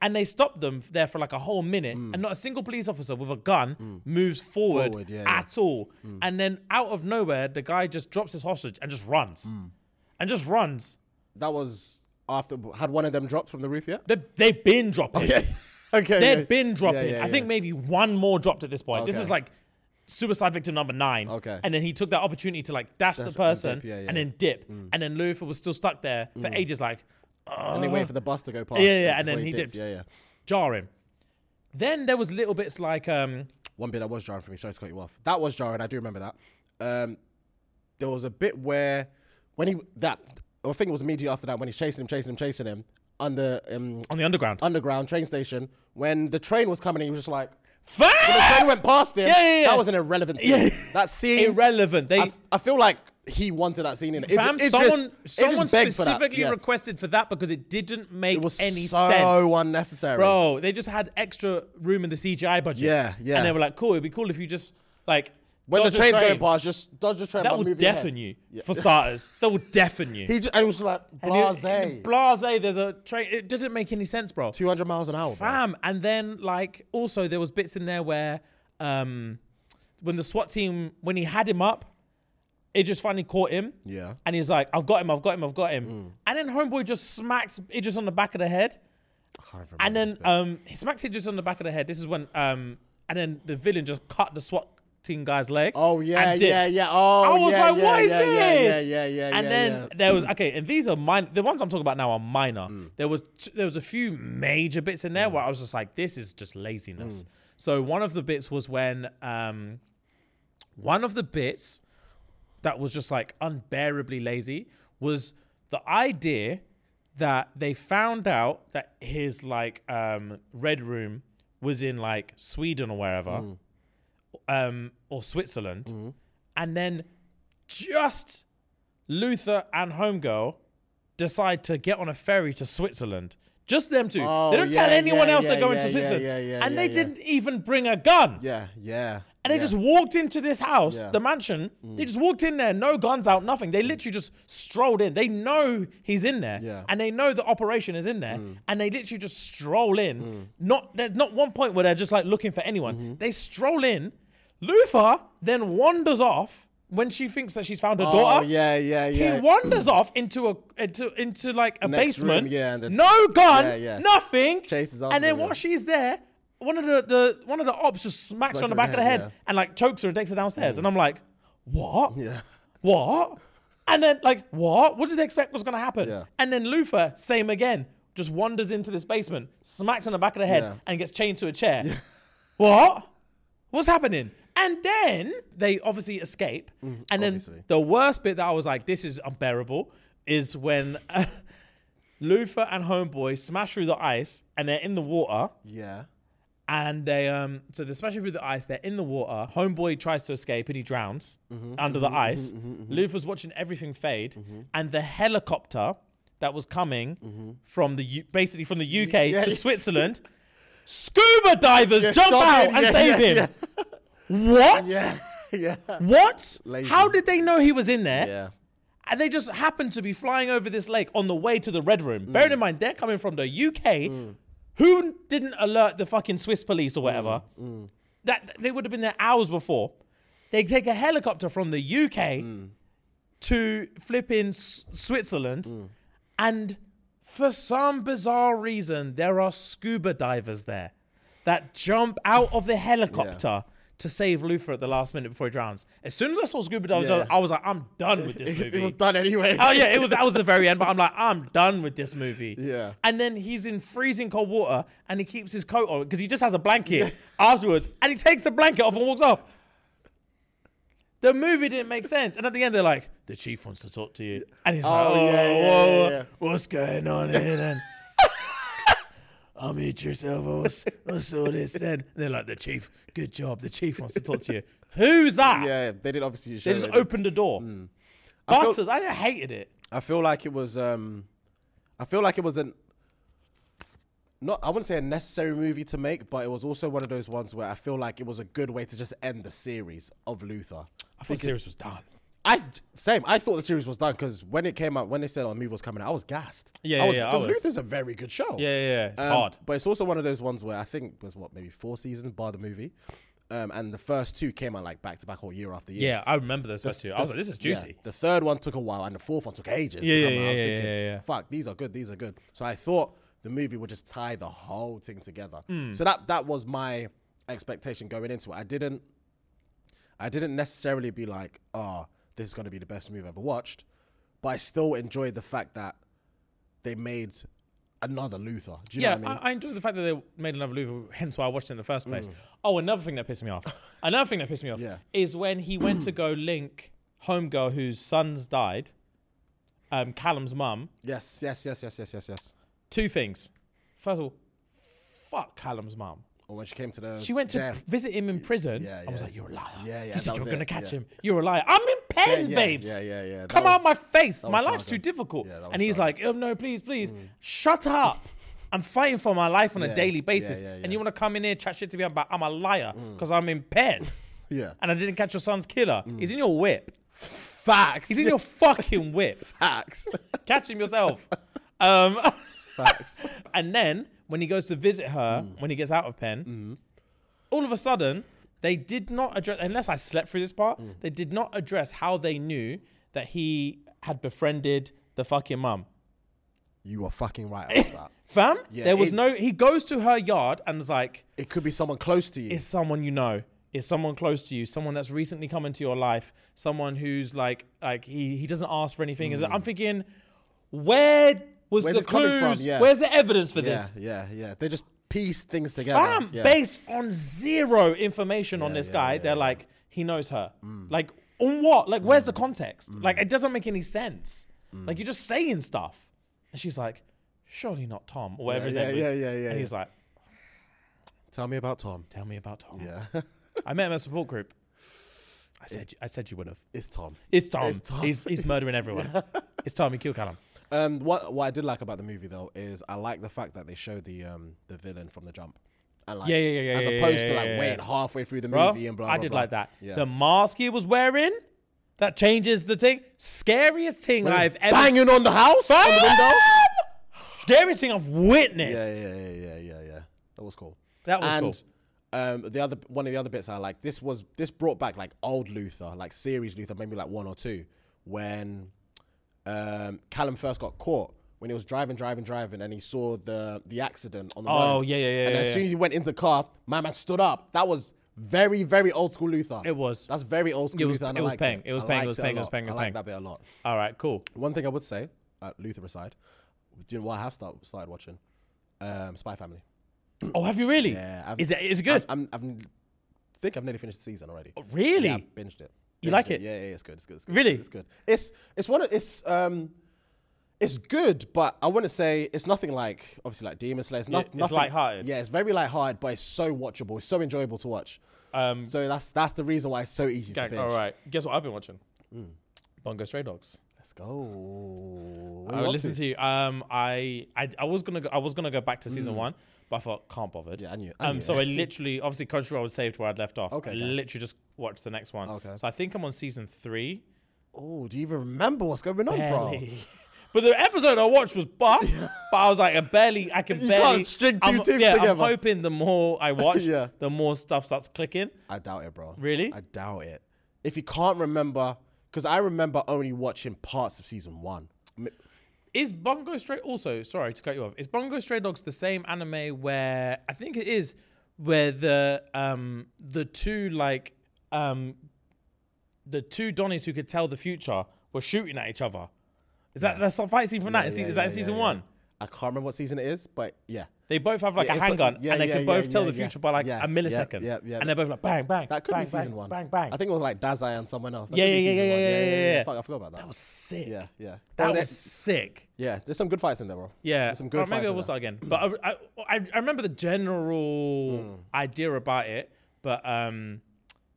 S1: And they stopped them there for like a whole minute, and not a single police officer with a gun moves forward,
S2: Hmm. Forward, yeah, Hmm.
S1: at all. And then out of nowhere, the guy just drops his hostage and just runs,
S2: Hmm.
S1: and just runs.
S2: That was after. Had one of them dropped from the roof yet?
S1: They they've been dropping. They'd
S2: okay. yeah.
S1: been dropping.
S2: Yeah, yeah,
S1: I think
S2: yeah.
S1: maybe one more dropped at this point. This
S2: Okay.
S1: is like suicide victim number nine.
S2: Okay.
S1: And then he took that opportunity to like dash the
S2: and
S1: person
S2: dip, yeah, yeah.
S1: and then dip. And then Luther was still stuck there for ages, like
S2: And they waited for the bus to go past.
S1: Yeah, yeah,
S2: uh,
S1: and then
S2: before
S1: he
S2: dipped.
S1: dipped.
S2: Yeah, yeah.
S1: jarring. Then there was little bits like um
S2: One bit that was jarring for me. Sorry to cut you off. That was jarring. I do remember that. Um, there was a bit where when he that I think it was immediately after that when he's chasing him, chasing him, chasing him under um,
S1: on the underground.
S2: underground train station when the train was coming. He was just like.
S1: Fam!
S2: When the train went past him.
S1: Yeah, yeah, yeah.
S2: That was an irrelevant scene.
S1: Yeah.
S2: That scene.
S1: Irrelevant. They
S2: I, I feel like he wanted that scene in it.
S1: fam,
S2: Idris- Idris-
S1: someone
S2: Idris
S1: someone
S2: begged for that,
S1: specifically
S2: yeah.
S1: requested for that because it didn't make
S2: It was
S1: any
S2: so
S1: sense.
S2: unnecessary.
S1: Bro, they just had extra room in the CGI budget.
S2: Yeah, yeah.
S1: And they were like, cool, it'd be cool if you just like
S2: When the
S1: dodge a
S2: train's
S1: train.
S2: going past, just dodge the train. by
S1: That will
S2: moving your head.
S1: deafen you, for starters. That will deafen you.
S2: He just, and it was like
S1: And you-
S2: blase.
S1: Blase, there's a train. It doesn't make any sense, bro.
S2: 200 miles an hour. bro.
S1: Fam. And then, like, also, there was bits in there where um, when the SWAT team, when he had him up, it just finally caught him.
S2: Yeah. Mm.
S1: And he's like, I've got him, I've got him, I've got him. And then Homeboy just smacked Idris on the back of the head. And then um, he smacked Idris on the back of the head. This is when, um, and then the villain just cut the SWAT team guy's leg.
S2: Oh, yeah,
S1: and dipped.
S2: yeah, yeah. Oh,
S1: I was
S2: yeah,
S1: like,
S2: yeah,
S1: what is
S2: yeah, yeah,
S1: this?
S2: yeah, yeah, yeah,
S1: And
S2: yeah,
S1: then
S2: yeah.
S1: there was okay, and these are minor. The ones I'm talking about now are minor.
S2: Mm.
S1: There was t- there was a few major bits in there where I was just like, this is just
S2: Mm.
S1: laziness. So one of the bits was when um, one of the bits that was just like unbearably lazy was the idea that they found out that his like um, red room was in like Sweden or wherever,
S2: Mm.
S1: um, or Switzerland,
S2: Mm-hmm.
S1: and then just Luther and Homegirl decide to get on a ferry to Switzerland. Just them two.
S2: Oh,
S1: they don't tell
S2: yeah,
S1: anyone
S2: yeah,
S1: else
S2: yeah,
S1: they're going
S2: yeah,
S1: to
S2: yeah,
S1: Switzerland,
S2: yeah, yeah,
S1: and
S2: yeah,
S1: they
S2: yeah.
S1: didn't even bring a gun.
S2: Yeah, yeah.
S1: And they
S2: yeah.
S1: just walked into this house,
S2: Yeah. Mm.
S1: the mansion. They just walked in there, no guns out, nothing. They literally just strolled in. They know he's in there,
S2: Yeah. Mm.
S1: and they know the operation is in there, and they literally just stroll in. Not there's not one point where they're just like looking for anyone.
S2: Mm-hmm.
S1: They stroll in. Luther then wanders off when she thinks that she's found her
S2: Oh
S1: daughter.
S2: yeah, yeah, yeah.
S1: He wanders off into a into into like a
S2: Next
S1: basement.
S2: room, yeah, and then-
S1: no gun,
S2: Yeah, yeah.
S1: nothing.
S2: Chases after
S1: and then
S2: them, yeah.
S1: while she's there, one of the, the one of the ops just smacks her on the back of the head
S2: yeah. Mm.
S1: and like chokes her and takes her downstairs. And I'm like, what? Yeah. What? And then like, what? What did they expect was gonna happen?
S2: Yeah.
S1: And then Luther, same again, just wanders into this basement, smacks on the back of the head,
S2: Yeah.
S1: and gets chained to a chair. What? What's happening? And then they obviously escape. and then the worst bit that I was like, this is unbearable, is when uh, Luther and Homeboy smash through the ice and they're in the water.
S2: yeah.
S1: And they, um, so they're smashing through the ice, they're in the water. Homeboy tries to escape and he drowns
S2: Mm-hmm,
S1: under the ice. Luther's watching everything fade. And the helicopter that was coming from the, U- basically from the UK
S2: Mm-hmm. yeah,
S1: to
S2: yeah.
S1: Switzerland, scuba divers jump
S2: shove
S1: out
S2: him,
S1: and
S2: yeah,
S1: save
S2: yeah,
S1: him. What?
S2: Yeah. Yeah.
S1: What?
S2: Lazy.
S1: How did they know he was in there?
S2: Yeah.
S1: And they just happened to be flying over this lake on the way to the Red Room. Bearing in mind, they're coming from the UK. Who didn't alert the fucking Swiss police or whatever? That they would have been there hours before. They take a helicopter from the UK to flip in S- Switzerland, and for some bizarre reason, there are scuba divers there that jump out of the helicopter to save Luther at the last minute before he drowns. As soon as I saw scuba divers,
S2: Yeah.
S1: I was like, I'm done with this movie.
S2: It was done anyway.
S1: Oh yeah, it was that was the very end, but I'm like, I'm done with this movie.
S2: Yeah.
S1: And then he's in freezing cold water and he keeps his coat on because he just has a blanket afterwards and he takes the blanket off and walks off. The movie didn't make sense. And at the end they're like, the chief wants to talk to you. And he's like,
S2: Oh,
S1: Oh,
S2: yeah, yeah,
S1: whoa,
S2: yeah,
S1: whoa,
S2: yeah.
S1: what's going on here then? I'll meet yourself. I was, I saw this then. And they're like, the chief, good job. The chief wants to talk to you. Who's that?
S2: Yeah, they did obviously.
S1: They
S2: show
S1: just
S2: it.
S1: opened the door.
S2: Hmm.
S1: Buses, I hated it.
S2: I feel like it was. Um, I feel like it was an. Not, I wouldn't say a necessary movie to make, but it was also one of those ones where I feel like it was a good way to just end the series of Luther.
S1: I thought the series was done.
S2: I same. I thought the series was done because when it came out, when they said our movie was coming out, I was gassed.
S1: Yeah,
S2: I was,
S1: yeah, yeah, I
S2: 'cause
S1: was.
S2: Luther's a very good show. Um,
S1: Yeah, yeah, yeah. It's hard.
S2: But it's also one of those ones where I think there's what maybe four seasons bar the movie, um, and the first two came out like back to back or year after year.
S1: Yeah, I remember those first two. I was like, this is
S2: Yeah,
S1: juicy.
S2: The third one took a while, and the fourth one took ages. to
S1: Yeah,
S2: come
S1: yeah,
S2: out. I'm
S1: yeah,
S2: thinking,
S1: yeah, yeah, yeah.
S2: Fuck, these are good. These are good. So I thought the movie would just tie the whole thing together.
S1: Hmm.
S2: So that that was my expectation going into it. I didn't, I didn't necessarily be like, oh, this is going to be the best movie I've ever watched, but I still enjoyed the fact that they made another Luther. Do you
S1: Yeah,
S2: know what
S1: I,
S2: I mean? Hmm.
S1: I enjoyed the fact that they made another Louvre, hence why I watched it in the first place. Oh, another thing that pissed me off. another thing that pissed me off
S2: Yeah.
S1: is when he went to go link Homegirl, whose son's died, um, Callum's mum.
S2: yes, yes, yes, yes, yes, yes, yes.
S1: Two things. First of all, fuck Callum's mum.
S2: Or when she came to the
S1: She went to
S2: jail.
S1: visit him in prison.
S2: Yeah,
S1: I was
S2: yeah.
S1: like, you're a liar.
S2: Yeah, yeah,
S1: You said
S2: that
S1: you're
S2: was
S1: going to
S2: it,
S1: catch
S2: yeah.
S1: him. You're a liar. I'm in pain,
S2: yeah,
S1: babes.
S2: yeah, yeah, yeah. That
S1: Come
S2: was-
S1: out my face.
S2: that
S1: My
S2: was
S1: life's too
S2: jarring.
S1: difficult.
S2: Yeah, that was
S1: and he's
S2: jarring.
S1: like, oh, no, please, please. Shut up. I'm fighting for my life on a daily basis.
S2: yeah, Mm.
S1: And
S2: yeah.
S1: you want to come in here, chat shit to me about I'm a liar because I'm in pain.
S2: Yeah.
S1: And I didn't catch your son's killer.
S2: Mm.
S1: He's in your whip.
S2: Facts.
S1: He's in your fucking whip.
S2: facts.
S1: Catch him yourself. Um,
S2: facts.
S1: And then when he goes to visit her, when he gets out of pen, all of a sudden they did not address. Unless I slept through this part,
S2: Mm.
S1: they did not address how they knew that he had befriended the fucking mum.
S2: You are fucking right about that.
S1: Fam,
S2: Yeah,
S1: there was
S2: it-
S1: no. He goes to her yard and is like,
S2: It could be someone close to you.
S1: "Is someone you know? Is someone close to you? Someone that's recently come into your life? Someone who's like, like he he doesn't ask for anything." Is I'm thinking, where was
S2: Mm. Where's
S1: the
S2: this coming from?
S1: clues?
S2: Yeah.
S1: Where's the evidence for
S2: yeah,
S1: this?
S2: yeah, yeah. They just piece things together.
S1: Bam!
S2: yeah.
S1: Based on zero information on this guy, they're like, he knows her.
S2: Mm.
S1: Like, on what? Like, where's the context? Like, it doesn't make any sense.
S2: Mm.
S1: Like, you're just saying stuff. And she's like, surely not Tom, or whatever his
S2: yeah,
S1: name is.
S2: yeah, yeah, yeah,
S1: And he's like,
S2: Tell me about Tom.
S1: Tell me about Tom.
S2: Yeah,
S1: I met him at a support group. I said, I said you would have.
S2: it's Tom.
S1: It's Tom.
S2: It's Tom.
S1: He's, he's murdering everyone. It's Tom. He killed Callum.
S2: Um, what what I did like about the movie though is I like the fact that they show the um the villain from the jump. I like,
S1: Yeah, yeah, yeah,
S2: As
S1: yeah, yeah,
S2: opposed
S1: yeah,
S2: to like
S1: yeah, yeah.
S2: waiting halfway through the
S1: Bro,
S2: movie and blah.
S1: I
S2: blah,
S1: did
S2: blah.
S1: like that.
S2: Yeah.
S1: The mask he was wearing, that changes the thing. Scariest thing I've ever
S2: banging on the house on the window.
S1: Scariest thing I've
S2: Yeah,
S1: witnessed.
S2: yeah, yeah, yeah, yeah, yeah. That was cool.
S1: That was
S2: and,
S1: cool.
S2: Um, the other one of the other bits I like this was this brought back like old Luther, like series Luther, maybe like one or two, when um, Callum first got caught when he was driving, driving, driving, and he saw the the accident on the road.
S1: Oh, yeah, yeah, yeah,
S2: And
S1: yeah,
S2: as
S1: yeah.
S2: soon as he went into the car, my man stood up. That was very, very old school Luther.
S1: It was.
S2: That's very old school
S1: It was-
S2: Luther. And
S1: it
S2: I
S1: was
S2: liked
S1: paying.
S2: It.
S1: It was
S2: I
S1: paying, it
S2: liked
S1: was
S2: a
S1: paying, it was
S2: lot.
S1: paying, it
S2: I
S1: was
S2: like
S1: paying.
S2: that bit a lot.
S1: All right, cool.
S2: One thing I would say, uh, Luther aside, do you know what I have start, started watching? Um, Spy Family.
S1: Oh, have you really?
S2: Yeah, I've-
S1: is it is it good?
S2: I'm, I'm, I'm think I've nearly finished the season already.
S1: Oh, really?
S2: Yeah, I binged it.
S1: You
S2: Binged
S1: like it?
S2: Yeah, yeah, it's good. It's good. It's good.
S1: Really?
S2: It's good. It's it's one. Of, it's um, it's good, but I wouldn't say it's nothing like obviously like Demon Slayer. It's, not,
S1: it's
S2: nothing,
S1: lighthearted.
S2: Yeah, it's very lighthearted, but it's so watchable. It's so enjoyable to watch. Um, so that's that's the reason why it's so easy to
S1: Gang,
S2: binge.
S1: all right. Guess what I've been watching?
S2: Mm.
S1: Bongo Stray Dogs.
S2: Let's go. What
S1: I
S2: you up
S1: listened to you. Um, I, I I was gonna go, I was gonna go back to season one, but I thought can't bother.
S2: Mm. Yeah, I knew- I
S1: Um,
S2: knew.
S1: so I literally obviously Country Road was saved where I'd left off.
S2: Okay,
S1: I
S2: okay.
S1: literally just watched the next one.
S2: Okay.
S1: So I think I'm on season three.
S2: Oh, do you even remember what's going on, bro?
S1: Barely. But the episode I watched was buff, but I was like, I barely, I can
S2: You
S1: barely.
S2: can't string two
S1: I'm,
S2: things
S1: yeah, I'm
S2: together.
S1: hoping the more I watch,
S2: Yeah.
S1: the more stuff starts clicking.
S2: I doubt it, bro.
S1: Really?
S2: I doubt it. If you can't remember, because I remember only watching parts of season one. M-
S1: Is Bongo Stray also sorry to cut you off? Is Bongo Stray Dogs the same anime where I think it is where the um the two like um the two Donnies who could tell the future were shooting at each other? Is that that's a fight scene from that? Is,
S2: yeah,
S1: is that
S2: yeah,
S1: season
S2: yeah, yeah.
S1: one?
S2: I can't remember what season it is, but yeah.
S1: They both have like
S2: Yeah,
S1: a
S2: it's like-
S1: handgun
S2: yeah,
S1: and they
S2: yeah,
S1: can both
S2: yeah,
S1: tell
S2: yeah,
S1: the
S2: yeah.
S1: future by like
S2: Yeah,
S1: a
S2: yeah,
S1: millisecond.
S2: yeah, yeah.
S1: And they're both like bang bang.
S2: That could
S1: bang,
S2: be season
S1: bang,
S2: one.
S1: Bang bang.
S2: I think it was like Dazai and someone else. That
S1: Yeah,
S2: could be
S1: yeah, yeah,
S2: season
S1: yeah,
S2: one.
S1: yeah, yeah, yeah.
S2: Fuck, I forgot about that.
S1: that was sick.
S2: yeah, yeah.
S1: That
S2: Well, there-
S1: was sick.
S2: yeah, there's some good fights in there, bro.
S1: Yeah,
S2: There's some good
S1: Or maybe
S2: fights
S1: I will
S2: in there.
S1: start again. But I, I, I I remember the general
S2: Hmm.
S1: idea about it. But um,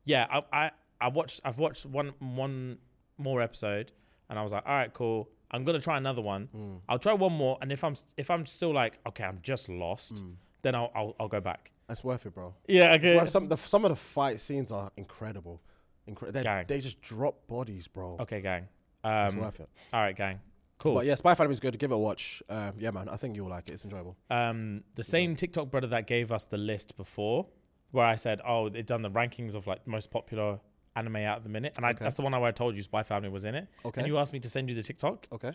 S1: yeah, I, I, I watched. I've watched one one more episode, and I was like, all right, cool. I'm gonna try another one.
S2: Hmm.
S1: I'll try one more, and if I'm s- if I'm still like, okay, I'm just lost,
S2: Hmm.
S1: then I'll, I'll I'll go back.
S2: It's worth it, bro.
S1: Yeah,
S2: Bro,
S1: okay.
S2: some, the, some of the fight scenes are incredible. Incre- they-
S1: Gang.
S2: they just drop bodies, bro.
S1: okay, gang.
S2: It's
S1: Um,
S2: worth it.
S1: all right, gang. Cool.
S2: But yeah, Spy Family is good. Give it a watch. Um, yeah, man. I think you'll like it. It's enjoyable.
S1: um, the same TikTok brother that gave us the list before, where I said, "Oh, they've done the rankings of like most popular anime out at the minute," and I, that's the one where I told you Spy Family was in it.
S2: Okay. Oh.
S1: And you asked me to send you the TikTok.
S2: Okay.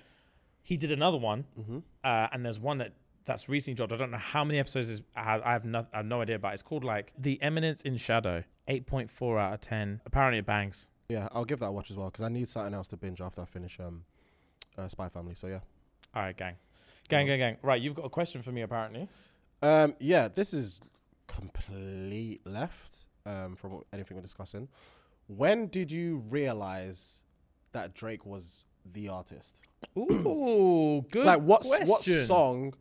S1: He did another one,
S2: Mm-hmm.
S1: uh, and there's one that that's recently dropped. I don't know how many episodes is, I have. I have, no, I have no idea, but it's called like The Eminence in Shadow. Eight point four out of ten. Apparently, it bangs.
S2: Yeah, I'll give that a watch as well because I need something else to binge after I finish um, uh, Spy Family. So yeah,
S1: All right, gang, gang, gang, gang. Right, you've got a question for me apparently.
S2: um, yeah, this is complete left um, from what- anything we're discussing. When did you realize that Drake was the artist?
S1: Ooh, good.
S2: like what s- what
S1: question.
S2: song?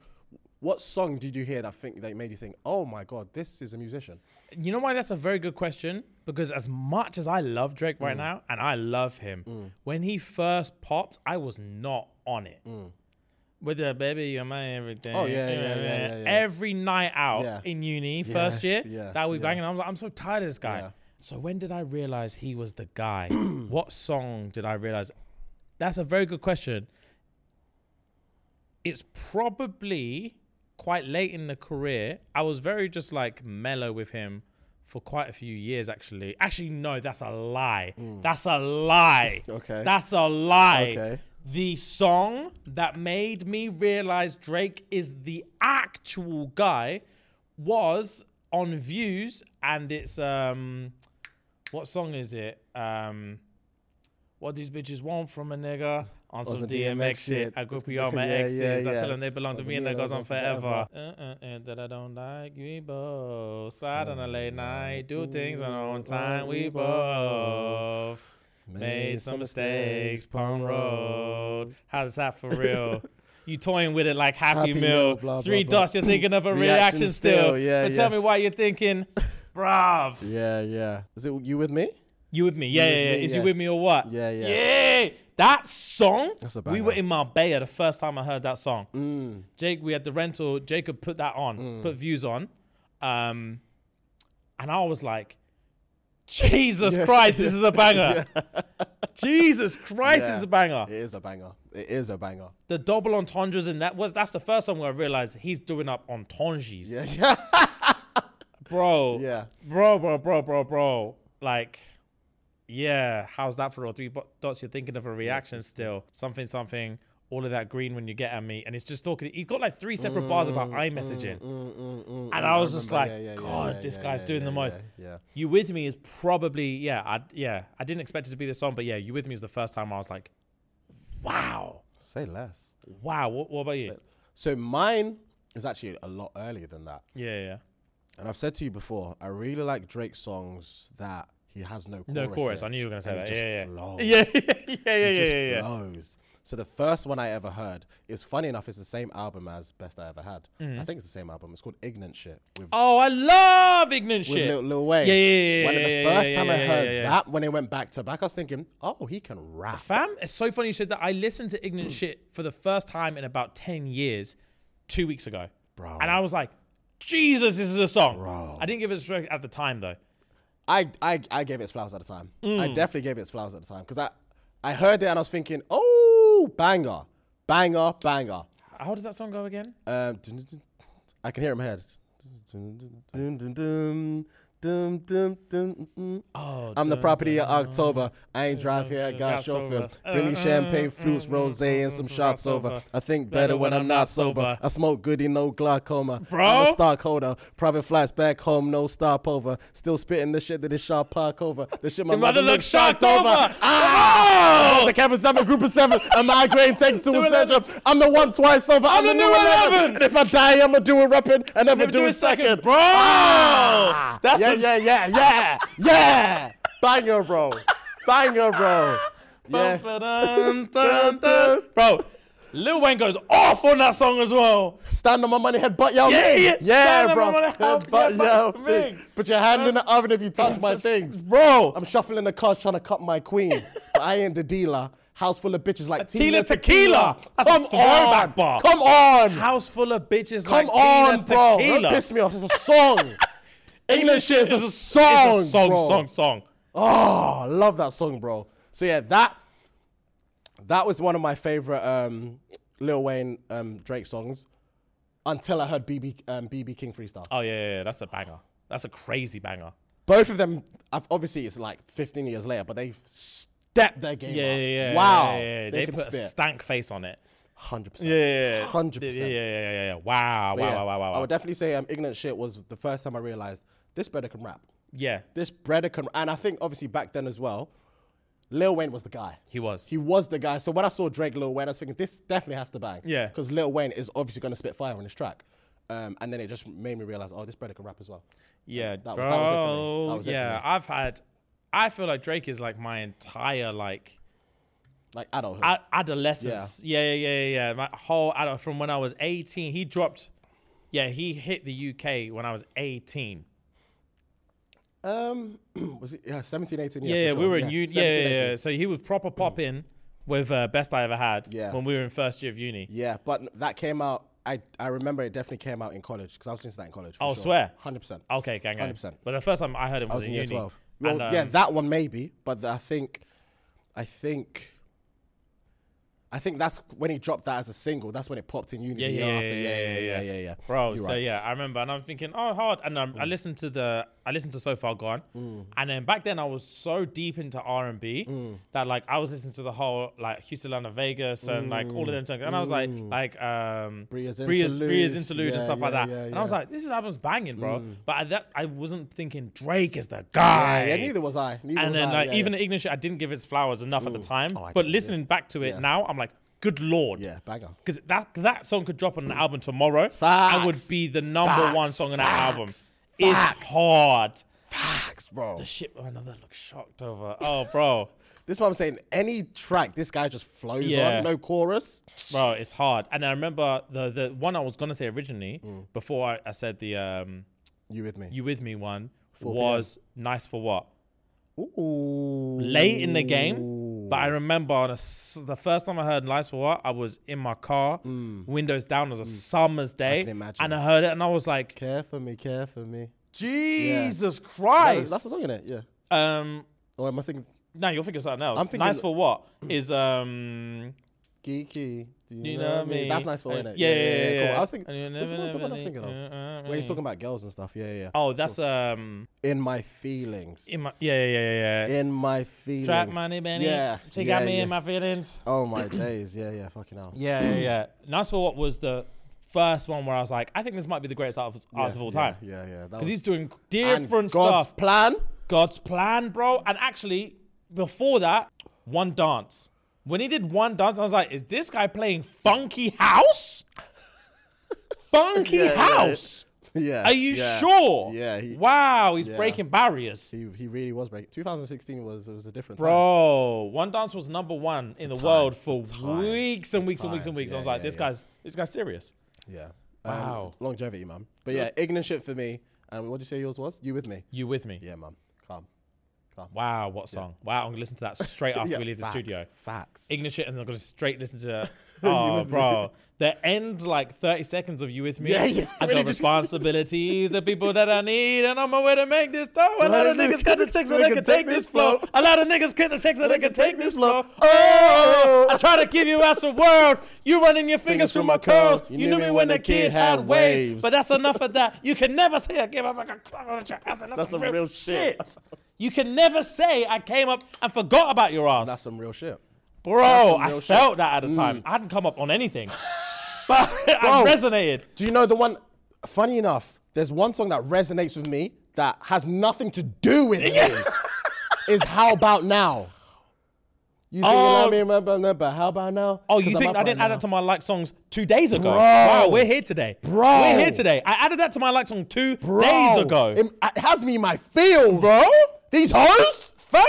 S2: What song did you hear that think that made you think, "Oh my god, this is a musician"?
S1: You know why that's a very good question? Because as much as I love Drake
S2: Mm.
S1: right now, and I love him, when he first popped, I was not on it. With the baby, you're my everything.
S2: Mm. Oh, yeah, yeah, yeah, yeah, yeah.
S1: Every night out
S2: Yeah.
S1: in uni,
S2: Yeah,
S1: first year,
S2: yeah,
S1: that we
S2: yeah.
S1: banging. I was like, I'm so tired of this guy.
S2: Yeah.
S1: So when did I realize he was the guy? what song did I realize? That's a very good question. It's probably quite late in the career. I was very just like mellow with him for quite a few years, actually. Actually, no, that's a lie. That's a lie.
S2: Hmm. Okay.
S1: That's a lie.
S2: Okay.
S1: The song that made me realize Drake is the actual guy was on Views, and it's um, what song is it? Um, what these bitches want from a nigga on some
S2: some
S1: DMX,
S2: DMX
S1: shit.
S2: shit.
S1: I go be all my
S2: Yeah, yeah,
S1: exes. I
S2: yeah.
S1: tell them they belong to
S2: Belong
S1: me and
S2: to
S1: that
S2: me,
S1: goes
S2: that
S1: on forever. Uh, uh, uh, that I don't like we both. Side on a late night, do things on our own time. We both made some mistakes. Palm Road, how's that for real? you toying with it like happy,
S2: Happy
S1: meal,
S2: meal, blah,
S1: three
S2: blah, blah.
S1: dots. You're thinking of a reaction,
S2: Reaction
S1: still.
S2: still, yeah,
S1: but tell
S2: yeah.
S1: me why you're thinking, bruv.
S2: Yeah, yeah. Is it you with me?
S1: You with me? Yeah,
S2: with
S1: yeah, yeah.
S2: me,
S1: Is you
S2: yeah.
S1: with me or what?
S2: Yeah, yeah.
S1: Yeah. That song.
S2: That's a
S1: We were
S2: banger. Mm.
S1: in Marbella the first time I heard that song. Jake, we had the rental. Jacob put that on, put views on, um, and I was like, Jesus Christ, this is a banger. Jesus Christ, this
S2: Yeah.
S1: is a banger.
S2: It is a banger. It is a banger.
S1: The double entendres in that was that's the first time where I realized he's doing up entendres.
S2: Yeah, yeah.
S1: bro.
S2: Yeah.
S1: Bro, bro, bro, bro, bro. Like, yeah, how's that for all three bo- dots? You're thinking of a reaction still. Something, something, all of that green when you get at me. And it's just talking. He's got like three separate bars
S2: Mm,
S1: about iMessaging. and I was just like,
S2: remember. Yeah, yeah, yeah,
S1: God,
S2: yeah,
S1: this
S2: yeah,
S1: guy's
S2: yeah,
S1: doing
S2: yeah,
S1: the most.
S2: yeah, yeah.
S1: You With Me is probably, yeah, I, yeah. I didn't expect it to be this song, but yeah, You With Me is the first time I was like, wow,
S2: Say less.
S1: wow. What, what about you?
S2: So mine is actually a lot earlier than that.
S1: Yeah, yeah.
S2: And I've said to you before, I really like Drake's songs that he has no chorus.
S1: No chorus.
S2: in,
S1: I knew you were going to say
S2: and
S1: that.
S2: It just
S1: Yeah,
S2: flows.
S1: yeah. yeah, yeah, yeah, yeah,
S2: It just
S1: yeah, yeah.
S2: flows. So the first one I ever heard is funny enough, it's the same album as Best I Ever Had. I think it's the same album. It's called Ignorant Shit with
S1: Mm. Oh, I love ignorant
S2: with
S1: shit.
S2: Lil, Lil Wayne.
S1: Yeah, yeah, yeah,
S2: When
S1: yeah,
S2: the
S1: yeah,
S2: first
S1: yeah,
S2: time
S1: yeah,
S2: I
S1: yeah,
S2: heard
S1: yeah, yeah.
S2: that, when it went back to back, I was thinking, oh, he can rap.
S1: Fam, it's so funny you said that. I listened to
S2: Mm.
S1: ignorant shit for the first time in about 10 years two weeks ago.
S2: Bro.
S1: And I was like, Jesus, this is a song. Bro. I didn't give it straight at the time, though.
S2: I, I, I gave it its flowers at the time. I definitely gave it its flowers at the time because I, I heard it and I was thinking, oh, banger, banger, banger.
S1: How does that song go again?
S2: Um, dun- dun- dun- I can hear it in my head. Dun- dun- dun, dun- dun- dun, mm, mm.
S1: Oh,
S2: I'm the
S1: dun,
S2: property of October. I ain't drive here, I got Uh-uh.
S1: Got sober.
S2: chauffeur. Bring me champagne, flutes, rose, and some shots over. I think better when I'm not sober. I smoke goody, no glaucoma. I'm
S1: Bro.
S2: a stockholder. Private flights back home, no stopover. Still spitting the shit that is sharp park over. The shit my
S1: Your mother
S2: mother
S1: looks
S2: looks
S1: shocked
S2: shocked
S1: over.
S2: over. Ah! The Kevin Seven, group of seven. A migraine, take two and
S1: eleven.
S2: syndrome. I'm the one twice over. I'm, the new eleven. And if I die, I'ma do it reppin' and never,
S1: Never do
S2: do
S1: it
S2: it
S1: second.
S2: second.
S1: Bro!
S2: Ah!
S1: That's
S2: yeah,
S1: what's-
S2: yeah, yeah, yeah, yeah. Banger, bro. Banger, bro. Yeah.
S1: Dun, dun, dun. Bro, Lil Wayne goes off on that song as well.
S2: Stand on my money, head butt yo.
S1: Yeah,
S2: Yeah,
S1: yeah.
S2: yeah,
S1: Stand on
S2: bro.
S1: my money, head
S2: Head butt
S1: butt
S2: yo.
S1: yo,
S2: thing.
S1: thing.
S2: Put your hand in the oven if you touch my things.
S1: Bro.
S2: I'm shuffling the cards trying to cut my queens, but I ain't the dealer. House full of bitches like
S1: Tila Tequila.
S2: Tila Tequila.
S1: That's a throwback bar.
S2: Come on.
S1: House full of bitches
S2: Come
S1: like
S2: on,
S1: Tina
S2: bro.
S1: Tequila.
S2: Don't piss me off. It's a song. English shit is a song.
S1: It's a song,
S2: bro.
S1: song, song.
S2: Oh, I love that song, bro. So yeah, that that was one of my favorite um, Lil Wayne um, Drake songs until I heard BB um, BB King freestyle.
S1: Oh yeah, yeah, yeah, that's a banger. That's a crazy banger.
S2: Both of them, I've, obviously, it's like 15 years later, but they've stepped their game
S1: Yeah,
S2: up.
S1: yeah, yeah.
S2: wow,
S1: yeah, yeah, yeah.
S2: they,
S1: They,
S2: can
S1: put a
S2: spit.
S1: stank face on it.
S2: Hundred percent.
S1: Yeah, yeah, yeah.
S2: Hundred
S1: Yeah,
S2: percent.
S1: Yeah, yeah, yeah, yeah, yeah. Wow, wow,
S2: Yeah.
S1: wow, wow, wow,
S2: I
S1: wow.
S2: would definitely say um, ignorant shit was the first time I realized this brother can rap.
S1: yeah,
S2: This brother can, and I think obviously back then as well, Lil Wayne was the guy.
S1: he was.
S2: He was the guy. So when I saw Drake, Lil Wayne, I was thinking this definitely has to bang.
S1: Yeah.
S2: Because Lil Wayne is obviously going to spit fire on this track. Um, and then it just made me realize, oh, this brother can rap as well.
S1: yeah,
S2: that was-
S1: bro.
S2: that was it for me. That was it for
S1: yeah,
S2: me.
S1: I've had. I feel like Drake is like my entire like
S2: Like adulthood.
S1: a- adolescence. Yeah, yeah, yeah, yeah. yeah. My whole adult from when I was 18. He dropped. Yeah, he hit the UK when I was 18.
S2: um, was it yeah, 17, 18? Yeah,
S1: Yeah,
S2: for
S1: yeah,
S2: sure.
S1: we were in uni. Yeah,
S2: 17,
S1: yeah,
S2: 18.
S1: yeah. So he was proper popping with uh, best I ever had.
S2: Yeah.
S1: When we were in first year of uni.
S2: Yeah, but that came out. I, I remember it definitely came out in college because I was listening to that in college. for
S1: I'll
S2: sure.
S1: swear.
S2: Hundred percent.
S1: Okay, gang, gang.
S2: 100%.
S1: But the first time I heard him
S2: I
S1: was,
S2: was in year
S1: uni.
S2: twelve. Well,
S1: And, um,
S2: yeah, that one maybe, but I think, I think, I think that's when he dropped that as a single. That's when it popped in uni.
S1: Yeah,
S2: the year
S1: yeah,
S2: after.
S1: yeah, yeah, yeah, yeah.
S2: yeah, yeah, yeah.
S1: Bro,
S2: You're
S1: so
S2: right. Mm.
S1: yeah, I remember, and I'm thinking, oh, hard. And um, I listened to the, I listened to So Far Gone, and then back then I was so deep into R and
S2: Mm.
S1: B that like I was listening to the whole like Houston Lana Vegas and like all of them songs, and I was like, like um,
S2: Mm. Bria's
S1: Bria's, Bria's
S2: interlude.
S1: interlude and
S2: Yeah,
S1: stuff like
S2: yeah,
S1: that,
S2: yeah,
S1: and I was
S2: yeah. Mm.
S1: like, this is album's banging, bro. But I, that I wasn't thinking Drake is the guy.
S2: Ah, Yeah, yeah, neither was I. Neither
S1: and
S2: was
S1: then
S2: I.
S1: like
S2: yeah,
S1: even
S2: yeah. Mm. Oh,
S1: the ignorant shit, I didn't give its flowers enough at the time.
S2: I
S1: but
S2: didn't, yeah.
S1: listening back to it now, I'm like, good lord.
S2: Yeah, banger.
S1: Because that that song could drop on an album tomorrow.
S2: Facts.
S1: I would be the number
S2: Facts.
S1: one song on that album.
S2: Facts.
S1: It's
S2: Facts.
S1: hard.
S2: facts, bro.
S1: The shit my another look shocked over. Oh bro.
S2: This is what I'm saying. Any track this guy just flows
S1: Yeah.
S2: on, no chorus.
S1: bro it's hard and i remember the the one i was gonna say originally
S2: Mm.
S1: before I, I said the um
S2: You with me?
S1: you with me one was nice for what
S2: Ooh.
S1: late in the game but i remember on a s the first time i heard nice for what i was in my car windows down it was a summer's day
S2: Mm. can imagine.
S1: and i heard it and i was like
S2: Care for me, care for me.
S1: jesus
S2: That-
S1: christ
S2: that's the song in it, yeah.
S1: um
S2: Oh, am I thinking
S1: no you're thinking something else
S2: I'm thinking-
S1: nice for what is um
S2: geeky? Do you,
S1: you
S2: know, me? That's nice for
S1: Uh,
S2: innit?
S1: Yeah, yeah, yeah.
S2: Cool.
S1: yeah.
S2: I was thinking.
S1: And you
S2: Which
S1: never,
S2: one's the one
S1: never
S2: I'm thinking
S1: leave-
S2: of?
S1: uh, uh,
S2: Where he's
S1: uh.
S2: talking about girls and stuff. Yeah, yeah. yeah.
S1: Oh, that's um
S2: In my feelings.
S1: in my yeah yeah yeah yeah. yeah.
S2: In my feelings.
S1: Trap money, Benny.
S2: Yeah.
S1: she
S2: yeah,
S1: got me
S2: yeah.
S1: in my feelings.
S2: Oh my days. Yeah, yeah. Fucking hell.
S1: Yeah, yeah, yeah. Nice for what was the first one where I was like, I think this might be the greatest artist artist of all time.
S2: Yeah, yeah. that
S1: Because
S2: was-
S1: he's doing
S2: and
S1: different
S2: God's
S1: stuff.
S2: plan.
S1: God's plan, bro. And actually, before that, one dance. When he did one dance, I was like, is this guy playing funky house? funky
S2: Yeah, yeah, yeah.
S1: house.
S2: Yeah.
S1: Are you
S2: yeah.
S1: sure?
S2: Yeah. He,
S1: wow, he's
S2: yeah.
S1: breaking barriers.
S2: He, he really was breaking. 2016 was was a different time.
S1: Bro, One Dance was number one in the
S2: time,
S1: world for
S2: for time,
S1: weeks and weeks and weeks
S2: time.
S1: and weeks. I
S2: Yeah,
S1: was like,
S2: yeah,
S1: this
S2: yeah.
S1: guy's this guy's serious.
S2: Yeah. Um,
S1: Wow.
S2: longevity, mum. But yeah, ignorant shit for me. And what did you say yours was? You with me?
S1: You with me?
S2: Yeah, mum. Calm.
S1: Wow, what song? Wow, I'm gonna listen to that straight after
S2: yeah,
S1: we leave the
S2: facts,
S1: studio.
S2: Facts.
S1: Ignorant shit, and I'm gonna straight listen to. Oh, bro, the end like 30 seconds of you with me.
S2: Yeah, yeah,
S1: And
S2: really
S1: the
S2: just-
S1: responsibilities, the people that I need, and I'm a way to make this though. A lot of niggas cut the checks so they can take this flow. A lot of niggas cut the checks so they can take this flow. Oh, I try to give you ass the world. You running your fingers through my curls. You knew me when the kid had waves, but that's enough of that. You can never say I gave up. I got
S2: That's some real shit.
S1: You can never say I came up and forgot about your ass.
S2: That's some real shit. that's
S1: Bro,
S2: some
S1: I
S2: real
S1: felt
S2: shit. Mm.
S1: that at the time. I hadn't come up on anything, but I
S2: Bro.
S1: resonated.
S2: Do you know the one? Funny enough, there's one song that resonates with me that has nothing to do with me. is How About Now? You see,
S1: Oh.
S2: let me remember, now, but how about now?
S1: Oh, you
S2: 'Cause I'm
S1: think
S2: up
S1: I didn't
S2: right
S1: add
S2: now.
S1: that to my like songs two days ago?
S2: Bro.
S1: Wow, we're here today.
S2: Bro.
S1: We're here today. I added that to my like song two
S2: Bro,
S1: days ago.
S2: It, it has me in my feels. Bro? These hoes?
S1: fam!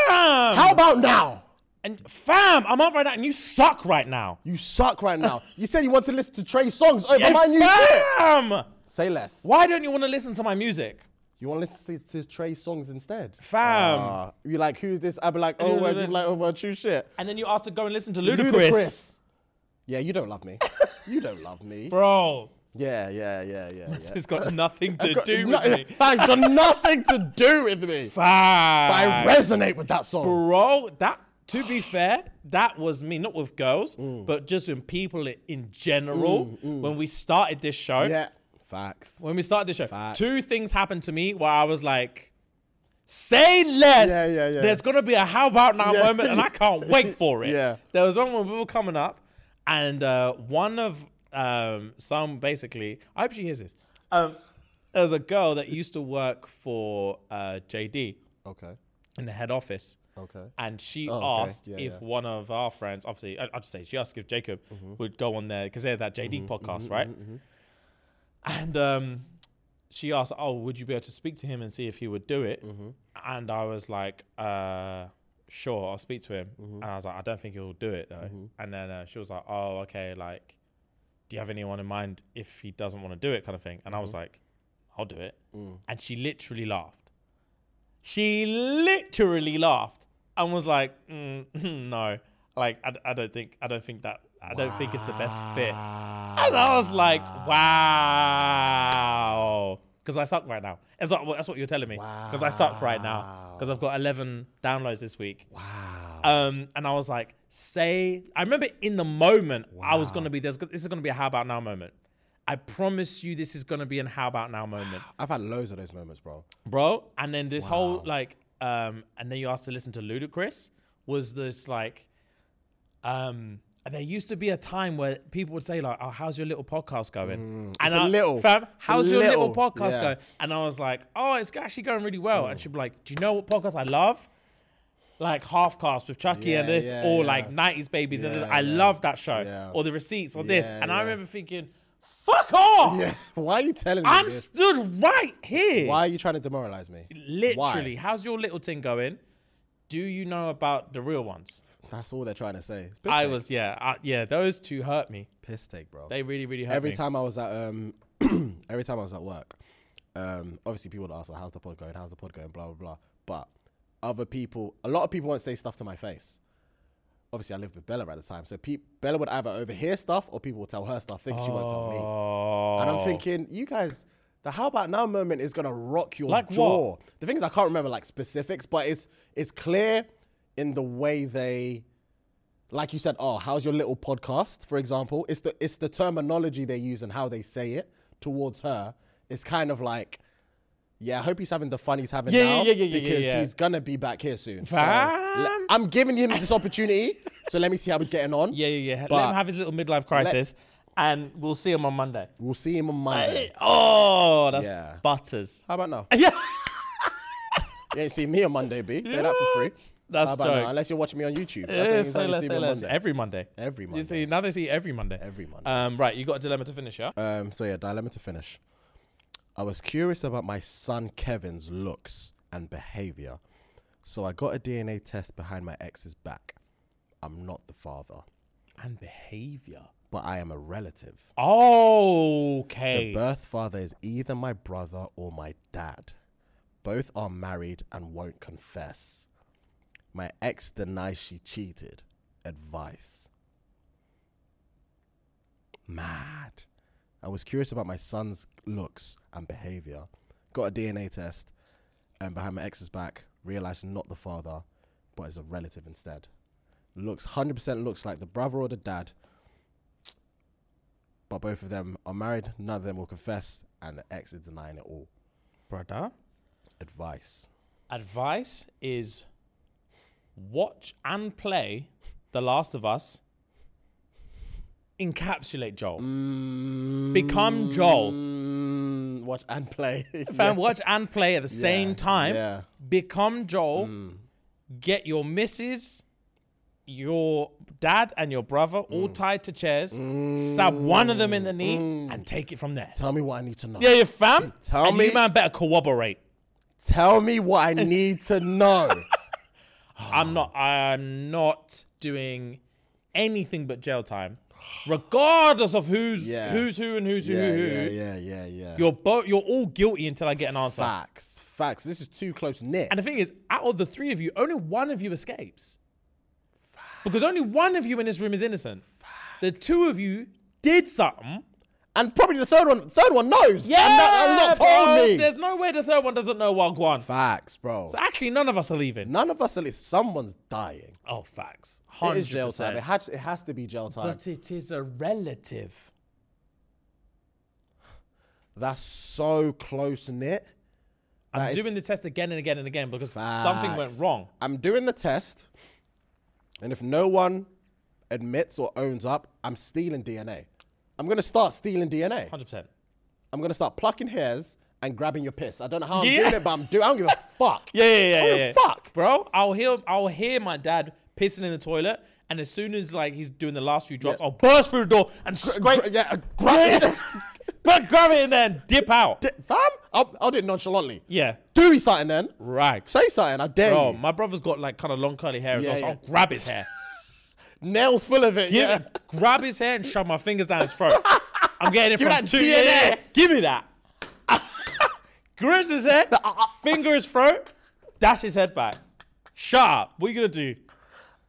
S2: How about now?
S1: and fam, I'm up right now and you suck right now.
S2: You suck right now. you said you want to listen to Trey songs over
S1: And
S2: my new shit.
S1: fam!
S2: Say less.
S1: Why don't you want to listen to my music?
S2: You want to listen to, to Trey songs instead?
S1: Fam.
S2: Ah, you like, who's this? I'd be like, oh, word, you like, oh, word, true shit.
S1: And then you asked to go and listen to Ludacris.
S2: Yeah, you don't love me. you don't love me.
S1: Bro,
S2: Yeah, yeah, yeah, yeah, yeah.
S1: it's got nothing to do with
S2: No-
S1: me.
S2: That's got nothing to do with me. But I
S1: Fam!
S2: resonate with that song.
S1: Bro, that to be fair, that was me, not with girls,
S2: Mm.
S1: but just with people i- in general. When we started this show,
S2: Yeah. Facts.
S1: when we started this show,
S2: Facts.
S1: two things happened to me where I was like, say less.
S2: Yeah, yeah, yeah.
S1: There's gonna be a how about now
S2: Yeah.
S1: moment, and I can't wait for it.
S2: Yeah.
S1: There was one when we were coming up, and uh, one of um, some basically, I hope she hears this. Um, there was a girl that used to work for uh, JD
S2: Okay.
S1: in the head office.
S2: Okay.
S1: And she
S2: Oh, okay.
S1: asked
S2: Yeah,
S1: if
S2: yeah. Mm-hmm.
S1: one of our friends, obviously, I- I'll just say, she asked if Jacob would go on there because they had that JD podcast, right?
S2: mm-hmm.
S1: And um, she asked, Oh, would you be able to speak to him and see if he would do it?
S2: Mm-hmm.
S1: And I was like, uh, Sure, I'll speak to him.
S2: Mm-hmm.
S1: And I was like, I don't think he'll do it though. And then uh, she was like, Oh, okay, like, do you have anyone in mind if he doesn't want to do it, kind of thing? And I
S2: Mm-hmm.
S1: was like, I'll do it.
S2: Mm.
S1: And she literally laughed. She literally laughed and was like, mm, "No, like I, I don't think I don't think that I don't think it's the best fit." And I was like, "Wow," because I suck right now. It's like, well, that's what you're telling me. Because I suck right now. Because I've got 11 downloads this week. Wow. Um, and I was like, "Say," I remember in the moment I was gonna be there's this is gonna be a how about now moment. I promise you, this is gonna be an how about now moment
S2: I've had loads of those moments, bro.
S1: bro. And then this whole like, um, and then you asked to listen to Ludacris was this like, um, there used to be a time where people would say like, "Oh, how's your little podcast going?" and
S2: a
S1: I,
S2: little.
S1: fam,
S2: Mm. It's a
S1: how's your little,
S2: little,
S1: podcast
S2: yeah. Mm.
S1: going? And I was like, "Oh, it's actually going really well." And she'd be like, "Do you know what podcast I love?" Like half cast with Chucky and
S2: Yeah,
S1: this,
S2: yeah,
S1: or
S2: yeah.
S1: like '90s babies. and
S2: Yeah,
S1: this. I
S2: yeah.
S1: love that show,
S2: Yeah.
S1: or the receipts, or this.
S2: Yeah,
S1: And I
S2: yeah.
S1: remember thinking, "Fuck off!
S2: Yeah. Why are you telling me
S1: I'm
S2: this?
S1: stood right here."
S2: Why are you trying to demoralize me?
S1: Literally, how's your little thing going? Do you know about the real ones?
S2: That's all they're trying to say. Piss
S1: I
S2: take.
S1: was, yeah, I, yeah. Those two hurt me.
S2: piss take, bro.
S1: They really, really hurt
S2: every
S1: me.
S2: time I was at um, every time I was at work, um, obviously people would ask like, "How's the pod going? How's the pod going?" Blah blah blah. But other people, a lot of people won't say stuff to my face. Obviously, I lived with Bella at the time, so pe- Bella would either overhear stuff or people would tell her stuff, think she won't tell me.
S1: Oh,
S2: And I'm thinking, you guys, the how about now moment is gonna rock your
S1: Like
S2: jaw. The thing is, I can't remember like specifics, but it's it's clear in the way they, like you said, oh, how's your little podcast, for example. It's the it's the terminology they use and how they say it towards her. It's kind of like. Yeah, I hope he's having the fun he's having
S1: Yeah,
S2: now
S1: yeah, yeah, yeah, yeah,
S2: because
S1: yeah.
S2: he's gonna be back here soon. So,
S1: Fam.
S2: le- I'm giving him this opportunity, so let me see how he's getting on.
S1: yeah, yeah, yeah. Let
S2: But-
S1: him have his little midlife crisis, and we'll see him on Monday.
S2: We'll see him on Monday.
S1: Oh, that's
S2: Yeah.
S1: butters.
S2: How about now?
S1: Yeah.
S2: You ain't seen me on Monday, B. Take that for free.
S1: That's
S2: How about
S1: jokes.
S2: now? Unless you're watching me on YouTube. That's
S1: Yeah,
S2: the
S1: say less,
S2: only time you see
S1: say
S2: me on
S1: less.
S2: Monday.
S1: Every Monday.
S2: Every
S1: You
S2: Monday.
S1: see, now they see every Monday.
S2: Every Monday.
S1: Um, right, you got a dilemma to finish, yeah?
S2: Um, so yeah, dilemma to finish. I was curious about my son Kevin's looks and behavior, so I got a DNA test behind my ex's back. I'm not the father,
S1: and behavior.
S2: but I am a relative.
S1: Okay.
S2: The birth father is either my brother or my dad. Both are married and won't confess. My ex denies she cheated. Advice. Mad. I was curious about my son's looks and behavior. Got a DNA test and behind my ex's back, realized not the father, but is a relative instead. Looks 100% looks like the brother or the dad, but both of them are married. None of them will confess, and the ex is denying it all.
S1: Brother,
S2: Advice.
S1: advice is watch and play The Last of Us. Encapsulate Joel. Mm. Become Joel.
S2: Mm, watch and play.
S1: Fan, watch and play at the same time.
S2: yeah. Mm.
S1: Become Joel. Get your missus, your dad, and your brother
S2: Mm.
S1: all tied to chairs. Stab one of them in the knee and take it from there.
S2: Tell me what I need to know.
S1: Yeah, yeah, fam.
S2: Mm. Tell
S1: and
S2: me-
S1: you man better corroborate.
S2: Tell me what I need to know.
S1: I'm not. I'm not doing anything but jail time, regardless of who's
S2: Yeah.
S1: who's who and who's who
S2: yeah,
S1: who.
S2: yeah,
S1: who.
S2: yeah, yeah, yeah.
S1: You're both. You're all guilty until I get an answer.
S2: facts, facts. This is too close knit.
S1: And the thing is, out of the three of you, only one of you escapes. Because only one of you in this room is innocent. The two of you did something.
S2: And probably the third one, third one knows.
S1: Yeah,
S2: and that, and not
S1: bro.
S2: told me.
S1: There's no way the third one doesn't know Wild Guan.
S2: facts, bro.
S1: So actually, none of us are leaving.
S2: None of us at least someone's dying.
S1: Oh, facts.
S2: It is jail
S1: 100%.
S2: time. It has, it has to be jail time.
S1: But it is a relative.
S2: That's so close knit.
S1: I'm
S2: That is-
S1: doing the test again and again and again because something went
S2: Facts.
S1: wrong.
S2: I'm doing the test, and if no one admits or owns up, I'm stealing DNA. I'm gonna start stealing DNA.
S1: 100%.
S2: I'm gonna start plucking hairs and grabbing your piss. I don't know how I'm
S1: Yeah.
S2: doing it, but I'm doing. I don't give a fuck.
S1: Yeah, yeah, yeah.
S2: I don't
S1: yeah,
S2: give a
S1: yeah.
S2: fuck.
S1: Bro, I'll hear I'll hear my dad pissing in the toilet and as soon as like he's doing the last few drops,
S2: Yeah.
S1: I'll burst through the door and scrape
S2: Gra- yeah, grab it.
S1: but grab it in there and dip out.
S2: Fam, I'll, I'll do it nonchalantly.
S1: yeah.
S2: Do me something then.
S1: Right.
S2: Say something. I dare
S1: Bro,
S2: you.
S1: my brother's got like kind of long curly hair
S2: Yeah,
S1: as well, so
S2: yeah.
S1: I'll grab his hair.
S2: Nails full of it.
S1: Give
S2: yeah.
S1: it- grab his hair and shove my fingers down his throat. I'm getting it
S2: Give
S1: from
S2: that
S1: two.
S2: DNA.
S1: yeah, yeah, Give me that. Grabs his head,
S2: uh,
S1: finger his throat, dash his head back. Shut up. What are you gonna do?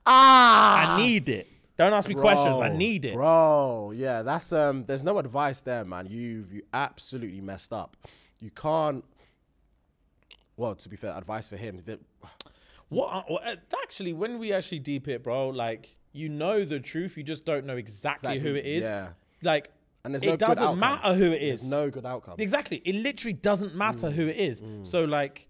S2: Ah.
S1: I need it. Don't ask me questions. I
S2: Bro,
S1: need it.
S2: Bro, yeah, that's um there's no advice there, man. You've you absolutely messed up. You can't well, to be fair, advice for him. The,
S1: What? are- what- uh, Actually, when we actually deep it, bro, like you know the truth, you just don't know exactly, who
S2: Exactly,
S1: it is.
S2: yeah.
S1: Like,
S2: and there's
S1: it
S2: no good
S1: doesn't
S2: outcome.
S1: matter who it
S2: There's
S1: is.
S2: no Mm, good outcome.
S1: Exactly. It literally doesn't matter who it is. So like,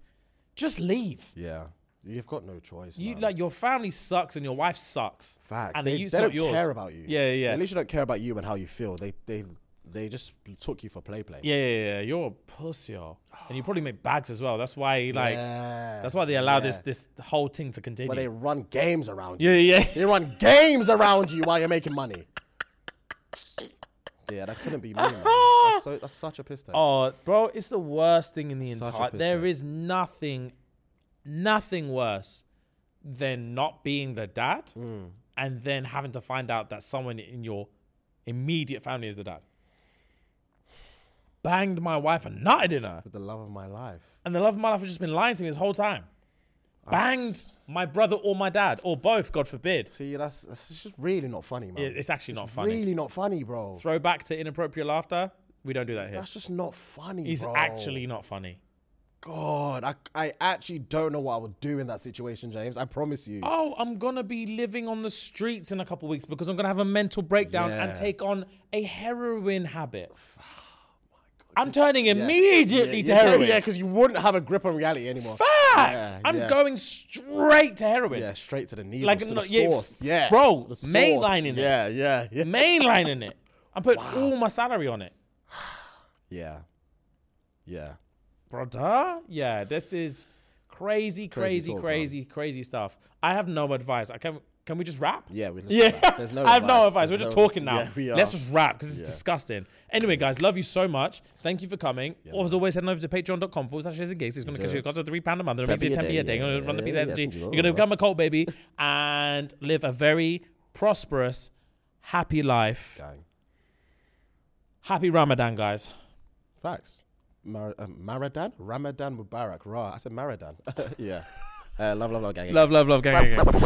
S1: just leave.
S2: yeah. You've got no choice.
S1: You
S2: man.
S1: like your family sucks and your wife sucks.
S2: facts.
S1: And
S2: they,
S1: the youth's
S2: they
S1: not
S2: don't
S1: yours.
S2: care about you.
S1: Yeah, yeah, yeah.
S2: At least you don't care about you and how you feel. They they they just took you for play play.
S1: yeah, yeah, yeah. You're a pussy, oh. and you probably make bags as well. That's why, like,
S2: Yeah,
S1: that's why they allow
S2: yeah.
S1: this this whole thing to continue.
S2: But they run games around you.
S1: yeah, yeah. yeah.
S2: They run games around you while you're making money. Yeah, that couldn't be me. man. That's, so, that's such a piss take.
S1: Oh, bro, it's the worst thing in the
S2: Such a
S1: entire.
S2: piss
S1: There
S2: take.
S1: is nothing, nothing worse then not being the dad
S2: Hmm.
S1: and then having to find out that someone in your immediate family is the dad. Banged my wife and nutted in her.
S2: With the love of my life.
S1: And the love of my life has just been lying to me this whole time. Banged my brother or my dad or both, God forbid.
S2: See, that's, that's just really not funny, man.
S1: It- It's actually not funny.
S2: Really not funny, bro.
S1: Throw back to inappropriate laughter. We don't do that here.
S2: That's just not funny,
S1: It's
S2: bro.
S1: actually not funny.
S2: God, I, I actually don't know what I would do in that situation, James. I promise you.
S1: Oh, I'm gonna be living on the streets in a couple weeks because I'm gonna have a mental breakdown
S2: Yeah. Oh
S1: and take on a heroin habit. I'm turning immediately to
S2: yeah,
S1: heroin.
S2: Yeah, because you wouldn't have a grip on reality anymore.
S1: Fact.
S2: Yeah,
S1: I'm
S2: yeah.
S1: going straight to heroin.
S2: Yeah, straight to the needles,
S1: Like,
S2: to
S1: no,
S2: the
S1: yeah,
S2: source. Yeah,
S1: bro,
S2: the source.
S1: mainlining it.
S2: Yeah, yeah, yeah.
S1: Mainlining it. I'm putting all my salary on it.
S2: Yeah, yeah.
S1: Brother, yeah, this is crazy, crazy,
S2: Crazy
S1: crazy,
S2: talk, man.
S1: crazy, stuff. I have no advice. I can can we just rap?
S2: Yeah, we-
S1: yeah.
S2: there's no
S1: I have no
S2: advice.
S1: advice. We're
S2: There's
S1: just
S2: no-
S1: talking now.
S2: Yeah, we
S1: Let's
S2: are.
S1: just rap because it's disgusting. Anyway, guys, love you so much. Thank you for coming. Or as always, head on over to patreon.com forward slash Jason Gates. It's going to cost you a cost of three pound a month. It'll make you
S2: Tapping
S1: ten
S2: a
S1: p a
S2: day,
S1: day. You're going to
S2: yeah,
S1: run the
S2: yeah,
S1: PTSD.
S2: yes, indeed.
S1: You're going to become a cult baby and live a very prosperous, happy life.
S2: Gang.
S1: Happy Ramadan, guys.
S2: Facts. Mar- um, Maradan? Ramadan Mubarak. Ra. I said Maradan. yeah. Uh, love, love, love, gang. gang,
S1: Love, love, love, gang, gang, gang.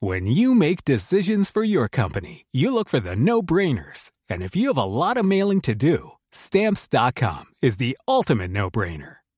S3: When you make decisions for your company, you look for the no brainers. And if you have a lot of mailing to do, stamps.com is the ultimate no brainer.